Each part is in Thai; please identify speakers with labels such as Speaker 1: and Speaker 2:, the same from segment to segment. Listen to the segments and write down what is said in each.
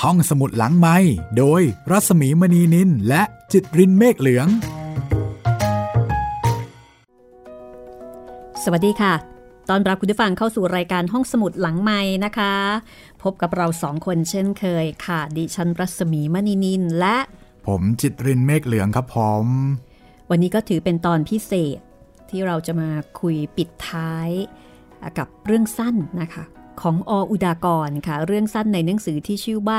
Speaker 1: ห้องสมุดหลังไม้โดยรัสมีมณีนินและจิตรินเมฆเหลือง
Speaker 2: สวัสดีค่ะ ตอนรับคุณผู้ฟังเข้าสู่รายการห้องสมุดหลังไม้นะคะ พบกับเราสองคนเช่นเคยค่ะ ดิฉันรัศมีมณีนินและ
Speaker 1: ผมจิตรินเมฆเหลืองครับผม
Speaker 2: วันนี้ก็ถือเป็นตอนพิเศษที่เราจะมาคุยปิดท้ายกับเรื่องสั้นนะคะ ของออุดากรค่ะ เรื่องสั้นในหนังสือที่ชื่อว่า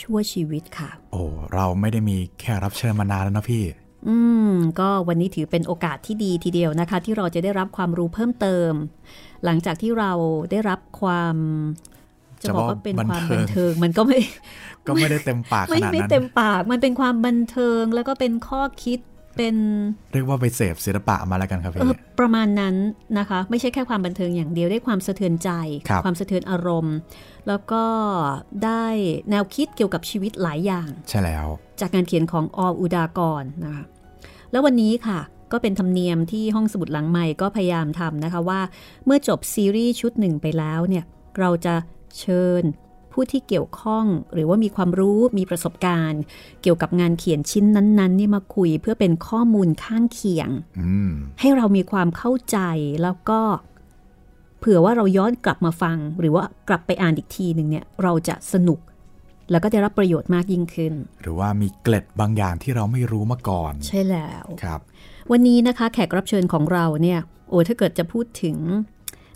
Speaker 2: ชั่วชีวิตค่ะ
Speaker 1: โอ้เราไม่ได้มีแค่รับเชิญมานานแล้วนะพี่
Speaker 2: อืม ก็วันนี้ถือเป็นโอกาสที่ดีทีเดียวนะคะ ที่เราจะได้รับความรู้เพิ่มเติม หลังจากที่เราได้รับความจะบอกว่าเป็นความบันเทิง มันก็ ไม่
Speaker 1: ก็ไม่ได้เต็มปากข
Speaker 2: ไม่
Speaker 1: นาด
Speaker 2: ไม่
Speaker 1: นั้น
Speaker 2: เต็มปากมันเป็นความบันเทิงแล้วก็เป็นข้อคิดเป็น
Speaker 1: เรียกว่าไปเสพศิลปะมาแล้วกันครับ
Speaker 2: เอ่
Speaker 1: พี่
Speaker 2: อประมาณนั้นนะคะ ไม่ใช่แค่ความบันเทิงอย่างเดียวได้ความสะเทือนใจ
Speaker 1: ครับ
Speaker 2: ความสะเทือนอารมณ์ แล้วก็ได้แนวคิดเกี่ยวกับชีวิตหลายอย่าง
Speaker 1: ใช่แล้ว
Speaker 2: จากงานเขียนของออุดากรนะคะแล้ววันนี้ค่ะ ก็เป็นธรรมเนียมที่ห้องสมุดหลังใหม่ก็พยายามทำนะคะว่า เมื่อจบซีรีส์ชุดหนึ่งไปแล้วเนี่ยเราจะเชิญผู้ที่เกี่ยวข้อง หรือว่ามีความรู้มีประสบการณ์ เกี่ยวกับงานเขียนชิ้นนั้นๆนี่มาคุยเพื่อเป็นข้อมูลข้างเคียง
Speaker 1: อืม
Speaker 2: ให้เรามีความเข้าใจแล้วก็ เผื่อว่าเราย้อนกลับมาฟัง หรือว่ากลับไปอ่านอีกทีหนึ่งเนี่ยเราจะสนุก แล้วก็ได้รับประโยชน์มากยิ่งขึ้น
Speaker 1: หรือว่ามีเกล็ดบางอย่างที่เราไม่รู้มาก่อน
Speaker 2: ใช่แล้ว
Speaker 1: ครับ
Speaker 2: วันนี้นะคะแขกรับเชิญของเราเนี่ยโอ้ถ้าเกิดจะพูดถึง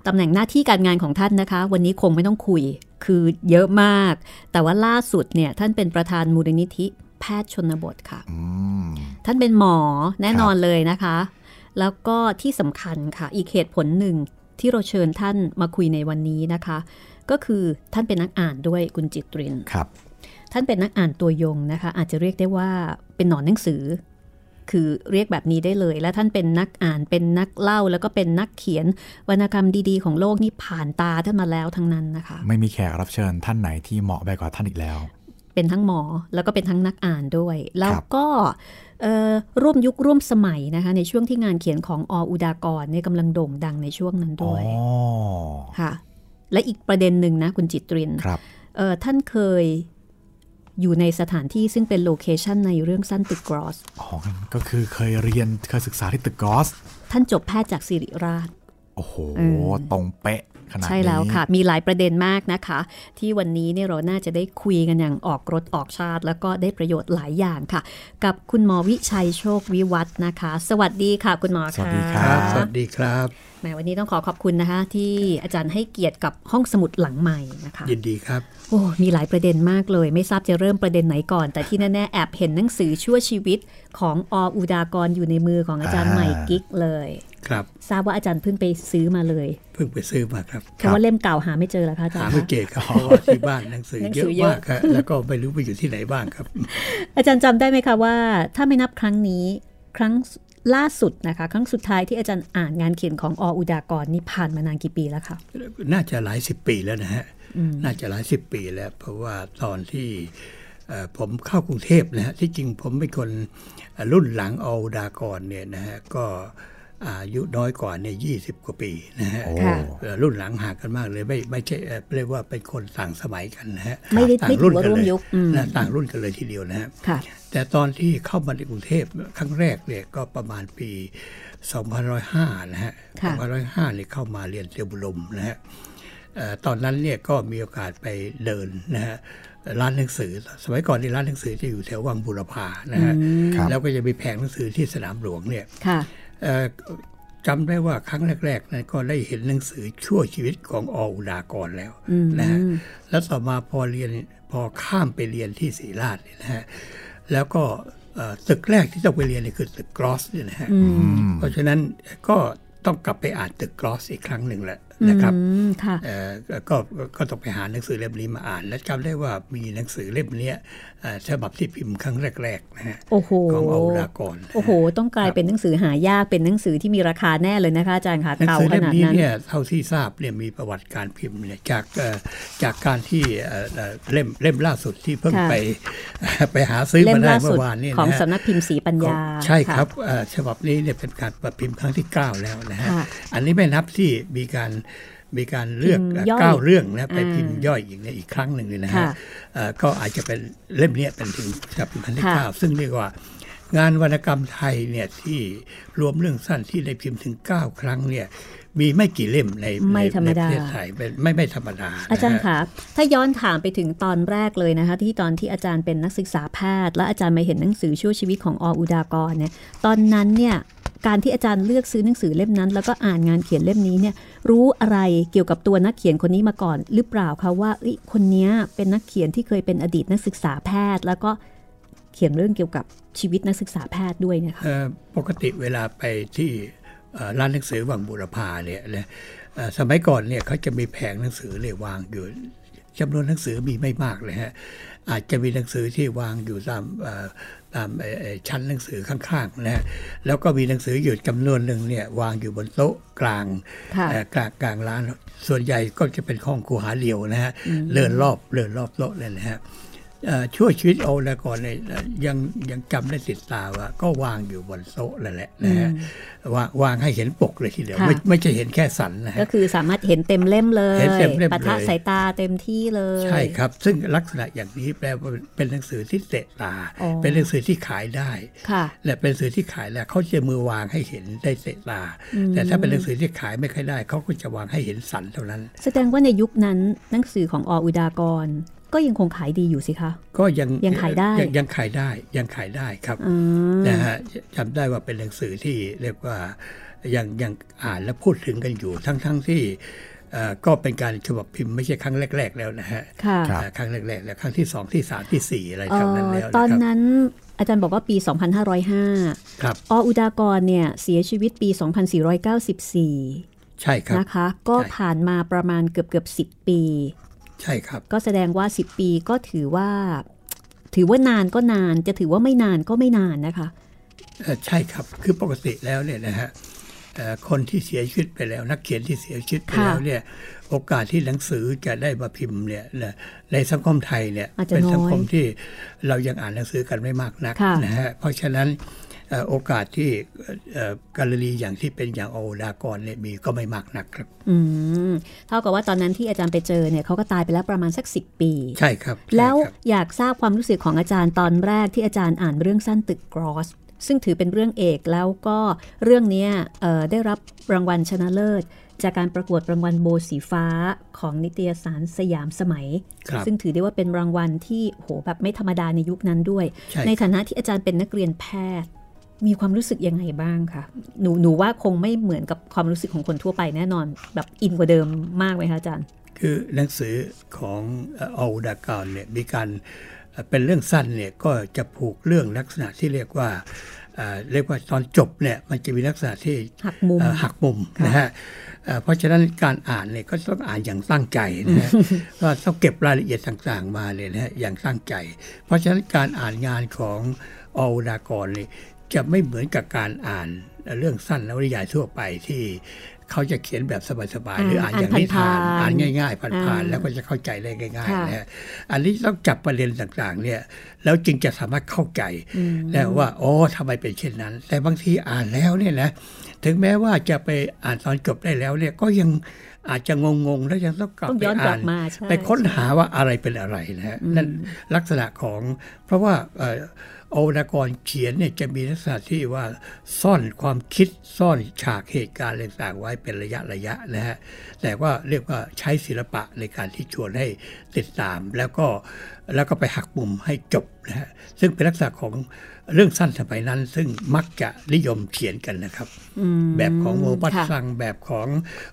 Speaker 2: ตำแหน่งหน้าที่การงานของท่านนะคะ วันนี้คงไม่ต้องคุยคือเยอะมาก แต่ว่าล่าสุดเนี่ยท่านเป็นประธานมูลนิธิแพทย์ชนบทค่ะ
Speaker 1: อืม
Speaker 2: ท่านเป็นหมอแน่นอน
Speaker 1: ครับ
Speaker 2: เลยนะคะ แล้วก็ที่สำคัญค่ะ อีกเหตุผลหนึ่งที่เราเชิญท่านมาคุยในวันนี้นะคะ ก็คือท่านเป็นนักอ่านด้วยคุณจิตริน
Speaker 1: ครับ
Speaker 2: ท่านเป็นนักอ่านตัวยงนะคะ อาจจะเรียกได้ว่าเป็นหนอนหนังสือ คือเรียกแบบนี้ได้เลย และท่านเป็นนักอ่านเป็นนักเล่า แล้วก็เป็นนักเขียนวรรณกรรมดีๆ ของโลกนี่ผ่านตาท่านมาแล้วทั้งนั้นนะคะ
Speaker 1: ไม่มีแขกรับเชิญท่านไหนที่เหมาะไปกว่าท่านอีกแล้ว
Speaker 2: เป็นทั้งหมอแล้วก็เป็นทั้งนักอ่านด้วย แล้ว
Speaker 1: ครับ
Speaker 2: ก็เอ่อร่วมยุคร่วมสมัยนะคะ ในช่วงที่งานเขียนของออุดากรเนี่ยกำลังโด่งดังในช่วงนั้น
Speaker 1: อ๋อ
Speaker 2: ด้วยค่ะ และอีกประเด็นหนึ่งนะคุณจิตริน
Speaker 1: ครับ
Speaker 2: เอ่อท่านเคยอยู่ในสถานที่ซึ่งเป็นโลเคชันในเรื่องสั้นตึกกรอส
Speaker 1: อ๋อ ก็คือเคยเรียน เคยศึกษาที่ตึกกอส
Speaker 2: ท่านจบแพทย์จากศิริราช
Speaker 1: โอ้โห
Speaker 2: เออ
Speaker 1: ตรงเป๊ะขนาดนี้
Speaker 2: ใช่แล้วค่ะ มีหลายประเด็นมากนะคะ ที่วันนี้เนี่ยเราน่าจะได้คุยกันอย่างออกรถออกชาติ แล้วก็ได้ประโยชน์หลายอย่างค่ะ กับคุณหมอวิชัยโชควิวัฒน์นะคะ สวัสดีค่ะ คุณหมอ
Speaker 1: สวั
Speaker 2: ค่ะ
Speaker 1: สดีค
Speaker 3: ค
Speaker 1: รั
Speaker 3: รับ บ สวัสดีครับ
Speaker 2: แหมวันนี้ต้องขอขอบคุณนะคะ ที่อาจารย์ให้เกียรติกับห้องสมุดหลังใหม่นะคะ
Speaker 3: ยินดีครับ
Speaker 2: โอ้มีหลายประเด็นมากเลย ไม่ทราบจะเริ่มประเด็นไหนก่อน แต่ที่แน่ๆแอบเห็นหนังสือชั่วชีวิตของออุดากรอยู่ในมือของอาจารย์
Speaker 1: อ่า
Speaker 2: ใหม่กิ๊กเลย
Speaker 3: ครับ
Speaker 2: ทราบว่าอาจารย์เพิ่งไปซื้อมาเลย
Speaker 3: เพิ่งไปซื้อมาครับ
Speaker 2: แต่ว่าเล่มเก่าหาไม่เจอแล้วค่ะอาจาร
Speaker 3: หา
Speaker 2: ย์
Speaker 3: ไม่
Speaker 2: คะ
Speaker 3: เจอครับเพราะว่าที่บ้านหนังสือ
Speaker 2: หนัง
Speaker 3: เย
Speaker 2: สื
Speaker 3: อะ
Speaker 2: อเยอะ
Speaker 3: มากครับแล้วก็ไม่รู้ไปอยู่ที่ไหนบ้างครับ
Speaker 2: อาจารย์จำได้ไหมคะว่า ถ้าไม่นับครั้งนี้ ครั้งล่าสุดนะคะ ครั้งสุดท้ายที่อาจารย์อ่านงานเขียนของออุดากรนี่ผ่านมานานกี่ปีแล้วคะ
Speaker 3: น่าจะหลายสิบปีแล้วนะฮะ น่าจะหลายสิบปีแล้ว เพราะว่าตอนที่เอ่อผมเข้ากรุงเทพนะฮะ ที่จริงผมเป็นคนเอ่อรุ่นหลังออดากรเนี่ยนะฮะ ก็อายุน้อยกว่าเนี่ยยี่สิบกว่าปีนะฮะ
Speaker 1: โอ้
Speaker 2: ค่ะ
Speaker 3: เอ่อรุ่นหลังห่างกันมากเลยไม่ไม่ใช่เอ่อเรียกว่าเป็นคนต่างสมัยกันนะฮะ
Speaker 2: ไม่ได้
Speaker 3: ต่า
Speaker 2: ไม่
Speaker 3: ง
Speaker 2: ถื
Speaker 3: รุ่น
Speaker 2: อว่า
Speaker 3: กัน
Speaker 2: ร่ว
Speaker 3: เล
Speaker 2: ม
Speaker 3: ย
Speaker 2: ยุคอืม
Speaker 3: นะต่างรุ่นกันเลยทีเดียวนะฮะ
Speaker 2: ค่ะ
Speaker 3: แต่ตอนที่เข้ามาในกรุงเทพครั้งแรกเนี่ยก็ประมาณปี2505นะฮะ
Speaker 2: ค่ะ
Speaker 3: 2505เนี่ยเข้ามาเรียนเตรียมบุรมนะฮะเอ่อตอนนั้นเนี่ยก็มีโอกาสไปเดินนะฮะร้านหนังสือ สมัยก่อนที่ร้านหนังสือจะอยู่แถววังบุรพานะฮะ
Speaker 1: ครับ
Speaker 3: แล้วก็จะมีแผงหนังสือที่สนามหลวงเนี่ย
Speaker 2: ค่ะ
Speaker 3: เอ่อจำได้ว่าครั้งแรกๆนั้นก็ได้เห็นหนังสือชั่วชีวิตของออุดากรแล้วนะฮะแล้วต่อมาพอเรียนพอข้ามไปเรียนที่ศรีราชเนี่ยนะฮะแล้วก็เอ่อตึกแรกที่ต้องไปเรียนเนี่ยคือตึกกรอสเนี่ยนะฮะเพราะฉะนั้นก็ต้องกลับไปอ่านตึกกรอสอีกครั้งหนึ่งแหละนะครับ
Speaker 2: อืมค่ะ
Speaker 3: เอ่อก็ก็ก็ต้องไปหาหนังสือเล่มนี้มาอ่าน และจำได้ว่ามีหนังสือเล่มเนี้ยเอ่อฉบับที่พิมพ์ครั้งแรกๆนะฮะ
Speaker 2: โอ้โห
Speaker 3: ของออุดากรนะฮะ
Speaker 2: โอ้โห ต้องกลายเป็นหนังสือหายาก เป็นหนังสือที่มีราคาแน่เลยนะคะอาจารย์ค่ะ
Speaker 3: หนัง
Speaker 2: เก่า
Speaker 3: สือ
Speaker 2: ข
Speaker 3: เล่ม
Speaker 2: นาด
Speaker 3: นี้
Speaker 2: นั้น
Speaker 3: เนี่ยเท่าที่ทราบเนี่ยมีประวัติการพิมพ์เนี่ยจากเอ่อจากการที่เอ่อเอ่อเล่มเล่มล่าสุดที่เพิ่ง
Speaker 2: ค่ะ
Speaker 3: ไป ไปหาซื้อ
Speaker 2: เล่
Speaker 3: มาม ได้
Speaker 2: ล่า
Speaker 3: เมื่
Speaker 2: สุด
Speaker 3: อวานเนี่ย
Speaker 2: ของ
Speaker 3: นะฮะ
Speaker 2: สำนักพิมพ์ศรีปัญ
Speaker 3: ขอ
Speaker 2: ญาง
Speaker 3: ใช่
Speaker 2: ะ
Speaker 3: ครับเอ่อฉบับนี้เนี่ยเป็นการประพิมพ์ครั้งที่ 9 แล้วนะฮะ
Speaker 2: ค่ะ
Speaker 3: อันนี้ไม่นับที่มีการ มีการเลือก
Speaker 2: พิมพ์ย่อย
Speaker 3: เก้าเรื่องนะไป
Speaker 2: อ่า
Speaker 3: พิมพ์ย่อยอีกเนี่ยอีกครั้งหนึ่งเลยนะฮะ
Speaker 2: ค่ะ
Speaker 3: เอ่อก็อาจจะเป็นเล่มเนี้ยเป็นถึงฉบับพันที่
Speaker 2: ค่ะ
Speaker 3: เก้าซึ่งเรียกว่า งานวรรณกรรมไทยเนี่ยที่รวมเรื่องสั้นที่ได้พิมพ์ถึง 9 ครั้งเนี่ยมีไม่กี่เล่มใน
Speaker 2: ไม่ธรรมดา
Speaker 3: ในประเทศไทยเป็นไม่ไม่ธรรมดา
Speaker 2: อาจารย์
Speaker 3: นะฮะ
Speaker 2: คะถ้าย้อนถามไปถึงตอนแรกเลยนะคะ ที่ตอนที่อาจารย์เป็นนักศึกษาแพทย์ และอาจารย์มาเห็นหนังสือช่วยชีวิตของออุดากรเนี่ยตอนนั้นเนี่ยการที่อาจารย์เลือกซื้อหนังสือเล่มนั้น แล้วก็อ่านงานเขียนเล่มนี้เนี่ยรู้อะไรเกี่ยวกับตัวนักเขียนคนนี้มาก่อนหรือเปล่าคะว่าเอ้ยคนเนี้ยเป็นนักเขียนที่เคยเป็นอดีตนักศึกษาแพทย์ แล้วก็เขียนเรื่องเกี่ยวกับชีวิตนักศึกษาแพทย์ด้วยเนะคะ
Speaker 3: เอ่อปกติเวลาไปที่เอ่อร้านหนังสือวังบุรพาเนี่ยนะเอ่อสมัยก่อนเนี่ยเขาจะมีแผงหนังสือเลยวางอยู่จำนวนหนังสือมีไม่มากเลยฮะอาจจะมีหนังสือที่วางอยู่ตามเอ่อตามเอ่อเอ่อชั้นหนังสือข้างๆนะฮะแล้วก็มีหนังสืออยู่จำนวนหนึ่งเนี่ยวางอยู่บนโต๊ะกลาง
Speaker 2: ค่ะ
Speaker 3: เอ่อกลางกลางร้านส่วนใหญ่ก็จะเป็นห้องคูหาเดียวนะฮะเลื่อนรอบเลื่อนรอบโต๊ะเลยนะฮะเอ่อช่วยชีวิตเอาละก่อนเลยยังยังจำได้ติดตาว่าก็วางอยู่บนโต๊ะนั่นแหละนะฮะวางวางให้เห็นปกเลยทีเดียว
Speaker 2: ค่ะ
Speaker 3: ไม่ไม่ใช่เห็นแค่สันนะ
Speaker 2: ก็
Speaker 3: ฮะ
Speaker 2: คือสามารถเห็นเต็มเล่มเลย
Speaker 3: เห็นเต็มเล่มเลย
Speaker 2: ปะทะสายตาเต็มที่เลย
Speaker 3: ใช่ครับ ซึ่งลักษณะอย่างนี้แปลว่าเป็นหนังสือที่เตะตา
Speaker 2: อ๋อ
Speaker 3: เป็นหนังสือที่ขายได้
Speaker 2: ค่ะ
Speaker 3: และเป็นหนังสือที่ขายแล้วเขาจะมือวางให้เห็นได้เตะตา แต่ถ้าเป็นหนังสือที่ขายไม่ค่อยได้เขาก็จะวางให้เห็นสันเท่านั้น
Speaker 2: แสดงว่าในยุคนั้นหนังสือของออุดากร ก็ยังคงขายดีอยู่สิคะ
Speaker 3: ก็ยัง
Speaker 2: ยังขายได้
Speaker 3: งยังขายได้ยังขายได้ครับ
Speaker 2: อืม
Speaker 3: นะฮะจำได้ว่าเป็นหนังสือที่เรียกว่ายังยังอ่านและพูดถึงกันอยู่ทั้งทั้งที่เอ่อก็เป็นการฉบับพิมพ์ไม่ใช่ครั้งแรก ๆ แล้วนะฮะ
Speaker 2: ค่ะ
Speaker 1: ครับ
Speaker 3: เอ่อครั้งแรก ๆ แล้วครั้งที่สองที่สามที่สี่อะไร
Speaker 2: เอ่
Speaker 3: ทำนั้น
Speaker 2: อ
Speaker 3: แล้ว
Speaker 2: ตอน
Speaker 3: นะครับ
Speaker 2: นั้นอาจารย์บอกว่าปี 2505
Speaker 3: ครับ
Speaker 2: ออุดากรเนี่ยเสียชีวิตปี 2494
Speaker 3: ใช่ครับ
Speaker 2: นะคะ ก็
Speaker 3: ใช่
Speaker 2: ผ่านมาประมาณเกือบเกือบๆ10 ปี
Speaker 3: ใช่ครับ
Speaker 2: ก็แสดงว่า 10 ปีก็ถือว่า ถือว่านานก็นาน จะถือว่าไม่นานก็ไม่นานนะคะ
Speaker 3: เอ่อใช่ครับคือปกติแล้วเนี่ยนะฮะเอ่อคนที่เสียชีวิตไปแล้ว นักเขียนที่เสียชีวิตไปแล้วเนี่ยโอกาสที่หนังสือจะได้มาพิมพ์เนี่ยนะในสังคมไทยเนี่ย
Speaker 2: อาจจะ
Speaker 3: เป็นสั
Speaker 2: น้อย
Speaker 3: คม ที่เรายังอ่านหนังสือกันไม่มากนัก
Speaker 2: ค่ะ
Speaker 3: นะฮะ เพราะฉะนั้นเอ่อโอกาสที่เอ่อแการลีอย่างที่เป็นอย่างโอดากรเนี่ยมีก็ไม่มากนักครับ
Speaker 2: อืมเท่ากับว่าตอนนั้นที่อาจารย์ไปเจอเนี่ยเขาก็ตายไปแล้วประมาณสัก 10 ปี
Speaker 3: ใช่ครับใช่ครับ
Speaker 2: แล้วอยากทราบความรู้สึกของอาจารย์ตอนแรกที่อาจารย์อ่านเรื่องสั้นตึกกรอส ซึ่งถือเป็นเรื่องเอกแล้วก็เรื่องเนี้ยเอ่อได้รับรางวัลชนะเลิศ จากการประกวดรางวัลโบสีฟ้าของนิตยสารสยามสมัย
Speaker 3: ครับ
Speaker 2: ซึ่งถือได้ว่าเป็นรางวัลที่โหแบบไม่ธรรมดาในยุคนั้นด้วย
Speaker 3: ใช่ครับ
Speaker 2: ในฐานะที่อาจารย์เป็นนักเรียนแพทย์ มีความรู้สึกยังไงบ้างคะหนูหนูว่าคงไม่เหมือนกับความรู้สึกของคนทั่วไปแน่นอน แบบอินกว่าเดิมมากไหมคะอาจารย์
Speaker 3: คือหนังสือของเอ่อโอดากรเนี่ยมีการเอ่อเป็นเรื่องสั้นเนี่ยก็จะผูกเรื่องลักษณะที่เรียกว่าเอ่อเรียกว่าตอนจบเนี่ยมันจะมีลักษณะที่
Speaker 2: หักมุม
Speaker 3: เอ่อหักมุม
Speaker 2: ค่ะ
Speaker 3: นะฮะเอ่อเพราะฉะนั้นการอ่านเนี่ยก็ต้องอ่านอย่างตั้งใจ นะฮะก็ต้องเก็บรายละเอียดต่างๆมาเลยนะฮะอย่างตั้งใจ เพราะฉะนั้นการอ่านงานของออดากรนี่จะไม่เหมือนกับการอ่านเรื่องสั้นนวนิยายทั่วไปที่เขาจะเขียนแบบสบายๆหรืออ่าน
Speaker 2: อ่า
Speaker 3: อย่างนิทาน
Speaker 2: อ่า
Speaker 3: อ่านน
Speaker 2: ผ่านๆ
Speaker 3: ง่ายๆผ่าน
Speaker 2: อ่า
Speaker 3: ๆแล้วก็จะเข้าใจได้ง่าย
Speaker 2: ค่ะ
Speaker 3: ๆนะฮะ อันนี้ต้องจับประเด็นต่างๆเนี่ยแล้วจึงจะสามารถเข้าใจได้ว่าอ๋อทำไมเป็นเช่นนั้น แต่บางทีอ่านแล้วเนี่ยนะถึงแม้ว่าจะไปอ่านตอนจบได้แล้วเนี่ยก็ยังอาจจะงงๆ แล้วยังต้องกลับ
Speaker 2: ต้อง
Speaker 3: ไป
Speaker 2: ย้อนกลั
Speaker 3: อ่า
Speaker 2: บ
Speaker 3: น
Speaker 2: มาใช่
Speaker 3: ไปค้นหาว่าอะไรเป็นอะไรนะฮะนั่นลักษณะของเพราะว่าเอ่อโอรากรเขียนเนี่ยจะมีลักษณะที่ว่าซ่อนความคิดซ่อนฉากเหตุการณ์อะไรต่างๆไว้เป็นระยะระยะนะฮะแต่ว่าเรียกว่าใช้ศิลปะในการที่ชวนให้ติดตาม แล้วก็แล้วก็ไปหักมุมให้จบนะฮะซึ่งเป็นลักษณะของเรื่องสั้นสมัยนั้น ซึ่งมักจะนิยมเขียนกันนะครับ แบบของโมบัต
Speaker 2: ค่ะ
Speaker 3: ซังแบบของ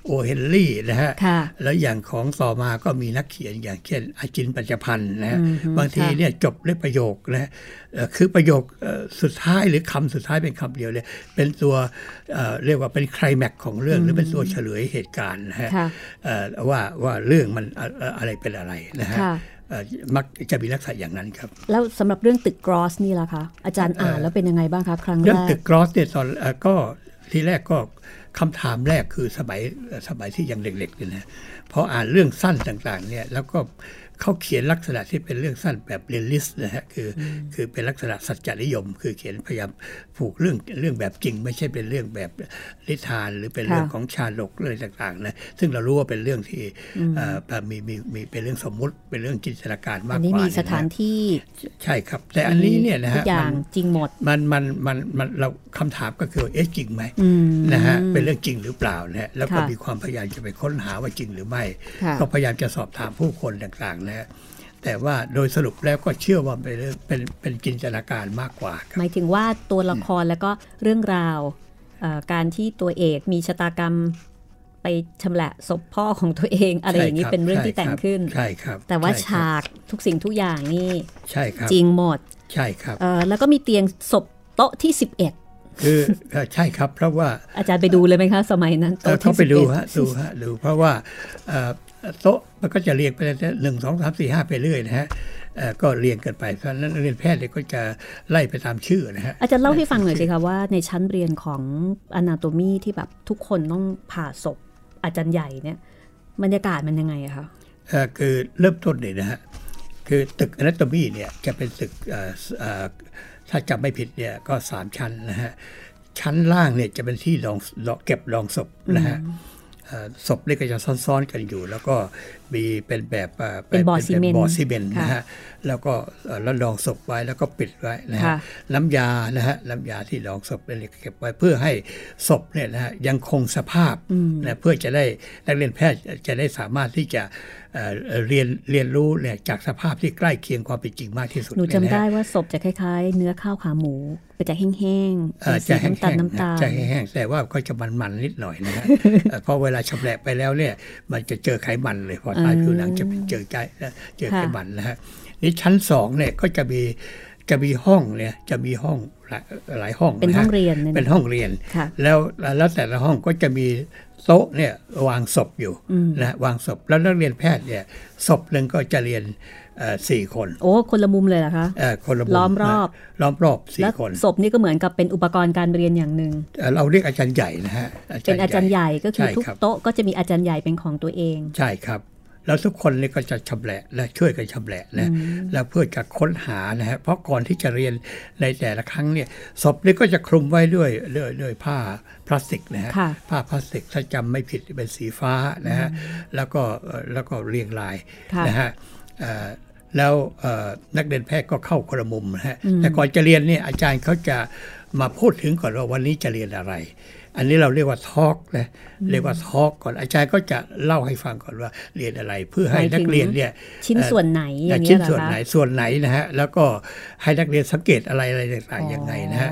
Speaker 3: โอเฮนรี่นะฮะ
Speaker 2: ค่ะ
Speaker 3: แล้วอย่างของต่อมาก็มีนักเขียนอย่างเช่นอาจินปัญจพันธ์นะฮะ
Speaker 2: อืมฮึ
Speaker 3: บางที
Speaker 2: ค่ะ
Speaker 3: เนี่ยจบด้วยประโยคนะฮะเอ่อคือประโยคเอ่อสุดท้ายหรือคำสุดท้ายเป็นคำเดียวเลยเป็นตัวเอ่อเรียกว่าเป็นไคลแม็กซ์ของเรื่องหรือเป็นตัวเฉลยเหตุการณ์นะฮะ
Speaker 2: ค่ะ
Speaker 3: เอ่อว่าว่าเรื่องมันอะอะอะไรเป็นอะไรนะฮะ
Speaker 2: ค่ะ
Speaker 3: เอ่อมักจะมีลักษณะอย่างนั้นครับ
Speaker 2: แล้วสำหรับเรื่องตึกกรอสนี่ล่ะคะ อาจารย์อ่านแล้วเป็นยังไงบ้างคะครั้งแร
Speaker 3: เรื่องตึ
Speaker 2: ก
Speaker 3: กกรอสเนี่ยตอนเอ่อก็ทีแรกก็คำถามแรกคือสมัยเอ่อสมัยที่ยังเด็กๆเนี่ยนะ พออ่านเรื่องสั้นต่างๆเนี่ยแล้วก็เขาเขียนลักษณะที่เป็นเรื่องสั้นแบบเรียลลิสต์นะฮะคือคือเป็นลักษณะสัจจนิยม คือเขียนพยายามผูกเรื่องเรื่องแบบจริง ไม่ใช่เป็นเรื่องแบบนิทาน หรือเป็น
Speaker 2: ค่ะ
Speaker 3: เรื่องของชาดกเรื่องต่างๆนะซึ่งเรารู้ว่าเป็นเรื่องที่เอ่อมีมีมีเป็นเรื่องสมมุติเป็นเรื่องจินตนาการมา
Speaker 2: อั
Speaker 3: ก
Speaker 2: น
Speaker 3: ก
Speaker 2: นี้
Speaker 3: ว่า
Speaker 2: มี
Speaker 3: เยะ
Speaker 2: สถานที่
Speaker 3: ใช่ครับ แต่อันนี้เนี่ยนะ
Speaker 2: ทุ
Speaker 3: ฮะ
Speaker 2: กอย่า
Speaker 3: มั
Speaker 2: ง
Speaker 3: น
Speaker 2: จริงหมด
Speaker 3: มันมันมันมันเราคำถามก็คือว่าเอ๊ะจริงไหม
Speaker 2: อืม
Speaker 3: นะฮะเป็นเรื่องจริงหรือเปล่านะฮะแล้วก็
Speaker 2: ค่ะ
Speaker 3: มีความพยายามจะไปค้นหาว่าจริงหรือไม่
Speaker 2: ค่ะ
Speaker 3: ก็พยายามจะสอบถามผู้คนต่างๆนะฮะแต่ว่าโดยสรุปแล้วก็เชื่อว่าเป็นเรื่องเป็นเป็นจินตนาการมากกว่าค
Speaker 2: ห
Speaker 3: รับ
Speaker 2: มายถึงว่าตัวละครแล้วก็เรื่องราวเอ่อการที่ตัวเอกมีชะตากรรมไปชำละศพพ่อของตัวเองอะไรอย่างนี้
Speaker 3: ใช่คบ
Speaker 2: เป็นเรื่องที่
Speaker 3: ใช่
Speaker 2: แต่
Speaker 3: ค
Speaker 2: ง
Speaker 3: บ
Speaker 2: ขึ้น
Speaker 3: ใช่ครับ
Speaker 2: แต่ว่า
Speaker 3: ใช่ครับ
Speaker 2: ฉากทุกสิ่งทุกอย่างนี่
Speaker 3: ใช่ครับ
Speaker 2: จริงหมด
Speaker 3: ใช่ครับ
Speaker 2: เอ่อแล้วก็มีเตียงศพโต๊ะที่ 11
Speaker 3: คือเอ่อใช่ครับ เพราะว่า
Speaker 2: อาจารย์ไปดูเลยไหมคะ สมัยนั้น
Speaker 3: เออ
Speaker 2: โต๊ะ
Speaker 3: เขา
Speaker 2: ที่
Speaker 3: ไปดู
Speaker 2: 11
Speaker 3: ฮะดูฮะดูเพราะว่าเอ่อโต๊ะมันก็จะเรียงไปหนึ่งสองสามสี่ห้าไปเรื่อยนะฮะเอ่อก็เรียงกันไปเพราะฉะนั้นเรียนแพทย์เนี่ยก็จะไล่ไปตามชื่อนะฮะ
Speaker 2: อาจารย์เล่าให้ฟังหน่อยสิคะว่าในชั้นเรียนของ anatomy ที่แบบทุกคนต้องผ่าศพอาจารย์ใหญ่เนี่ยบรรยากาศมันยังไงอะคะ
Speaker 3: เอ่อคือเริ่มต้นเลยนะฮะคือตึก anatomy เนี่ยจะเป็นตึกเอ่อเอ่อถ้าจำไม่ผิดเนี่ยก็สามชั้นนะฮะชั้นล่างเนี่ยจะเป็นที่รองรองเก็บรองศพนะฮะเอ่อศพนี่ก็จะซ้อนๆกันอยู่ แล้วก็มีเป็นแบบอ่อ
Speaker 2: เป็นบ่อซีเมนต์
Speaker 3: บ่อซีเมนต์นะ
Speaker 2: ค่ะ
Speaker 3: ฮะ แล้วก็เอ่อแล้วรองศพไว้แล้วก็ปิดไว้นะฮะ
Speaker 2: ค่ะ
Speaker 3: น้ำยานะฮะน้ำยาที่รองศพเนี่ยเก็บไว้เพื่อให้ศพเนี่ยนะฮะยังคงสภาพนะเพื่อจะได้นักเรียนแพทย์จะได้สามารถที่จะเอ่อเอ่อเรียนเรียนรู้เนี่ยจากสภาพที่ใกล้เคียงความเป็นจริงมากที่สุด
Speaker 2: หนูจำ
Speaker 3: เนี่ยนะฮะ
Speaker 2: ได้ว่าศพจะคล้ายๆ เนื้อข้าวขาหมูมันจะแห้งๆ
Speaker 3: เอ่
Speaker 2: เป็สี
Speaker 3: อนจะแห้ง
Speaker 2: น้ำตาลน้ำ
Speaker 3: ๆ
Speaker 2: ตาล
Speaker 3: นะจะแห้งๆแต่ว่าก็จะมันๆนิดหน่อยนะฮะ เอ่อเพราะเวลาชำแหละไปแล้วเนี่ยมันจะเจอไขมันเลยพอใต้ผิวหนังจะเป็นเจอใจเจอไขมันนะฮะนี่ชั้นสองเนี่ยก็จะมีจะมีห้องเนี่ยจะมีห้องหลายหลายห้องะฮะ
Speaker 2: เป็นห้องเรียนเนี่ยนะ
Speaker 3: เป็นห้องเรียน
Speaker 2: ค่ะ
Speaker 3: แล้วแล้วแต่ละห้องก็จะมีโต๊ะเนี่ยวางศพอยู่นะฮะวางศพแล้วนักเรียนแพทย์เนี่ยศพหนึ่งก็จะเรียนเอ่อสี่คน
Speaker 2: โอ้คนละมุมเลยเหรอคะ
Speaker 3: เอ่อคนละมุ
Speaker 2: ล้อมรอบ
Speaker 3: นะล้อมรอบสี่
Speaker 2: แล้ว
Speaker 3: คน
Speaker 2: ศพนี่ก็เหมือนกับเป็นอุปกรณ์การเรียนอย่างหนึ่ง
Speaker 3: เอ่อเราเรียกอาจารย์ใหญ่นะฮะ
Speaker 2: เป็นอาจารย์ใหญ่ก็คือ
Speaker 3: ช่
Speaker 2: ทุก
Speaker 3: รับ
Speaker 2: โต๊ะก็จะมีอาจารย์ใหญ่เป็นของตัวเอง
Speaker 3: ใช่ครับ แล้วทุกคนเนี่ยก็จะชำแหละและช่วยกันชำแหละนะแล้วเพื่อจะค้นหานะฮะเพราะก่อนที่จะเรียนในแต่ละครั้งเนี่ยศพเนี่ยก็จะคลุมไว้ด้วยด้วยด้วยผ้าพลาสติกนะฮะ
Speaker 2: ค่ะ
Speaker 3: ผ้าพลาสติกถ้าจำไม่ผิดเป็นสีฟ้านะฮะแล้วก็เอ่อแล้วก็เรียงราย
Speaker 2: ค่ะ
Speaker 3: นะฮะเอ่อแล้วเอ่อนักเรียนแพทย์ก็เข้าคนละมุมนะฮะแต่ก่อนจะเรียนเนี่ยอาจารย์เขาจะมาพูดถึงก่อนว่าวันนี้จะเรียนอะไร อันนี้เราเรียกว่าทอล์กนะเรียกว่าทอล์กก่อนอาจารย์ก็จะเล่าให้ฟังก่อนว่าเรียนอะไร เพื่อ
Speaker 2: ห
Speaker 3: ให้
Speaker 2: มายถึ
Speaker 3: นั
Speaker 2: ง
Speaker 3: กเรียนเนี่ย
Speaker 2: ชิ้น
Speaker 3: เอ่อ
Speaker 2: ส่วนไหนอย่าง
Speaker 3: ชิ้
Speaker 2: เงี้ย
Speaker 3: น
Speaker 2: เหรอ
Speaker 3: ส่วน
Speaker 2: คะ
Speaker 3: ไหนส่วนไหนนะฮะแล้วก็ให้นักเรียนสังเกตอะไรอะไรต่าง
Speaker 2: อ๋อ
Speaker 3: ๆยังไงนะฮะ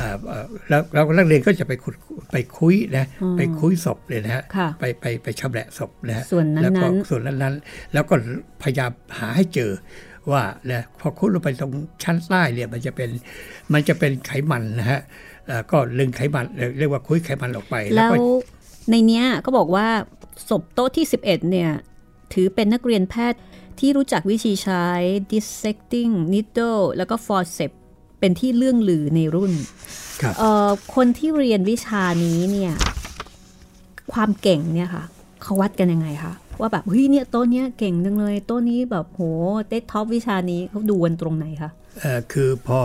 Speaker 3: อ่าเอ่อแล้วแล้วนักเรียนก็จะไปขุดไปคุยนะไปคุยศพเลยนะฮะ
Speaker 2: ค่ะ
Speaker 3: ไปไปไปชำแหละศพนะฮะ
Speaker 2: ส่วนนั้นๆ
Speaker 3: แล้วก็ส่วนนั้นๆ แล้วก็พยายามหาให้เจอว่านะพอคุดลงไปตรงชั้นใต้เนี่ยมันจะเป็นมันจะเป็นไขมันนะฮะเอ่อก็ลึงไขมันเอ่อเรียกว่าคุยไขมันออกไปแล้ว
Speaker 2: แล้ว
Speaker 3: ก็
Speaker 2: ในเนี้ยก็บอกว่าศพโต๊ะที่ 11 เนี่ย ถือเป็นนักเรียนแพทย์ที่รู้จักวิธีใช้ dissecting needle แล้วก็ forceps เป็นที่เรื่องลือในรุ่น
Speaker 3: ครับ
Speaker 2: เอ่อคนที่เรียนวิชานี้เนี่ย ความเก่งเนี่ยค่ะเขาวัดกันยังไงคะว่าแบบเฮ้ยเนี่ยโต๊ะเนี้ยเก่งจังเลยโต๊ะนี้แบบโหได้ท็อปวิชานี้เขาดูกันตรงไหนคะ
Speaker 3: เอ่อคือพอ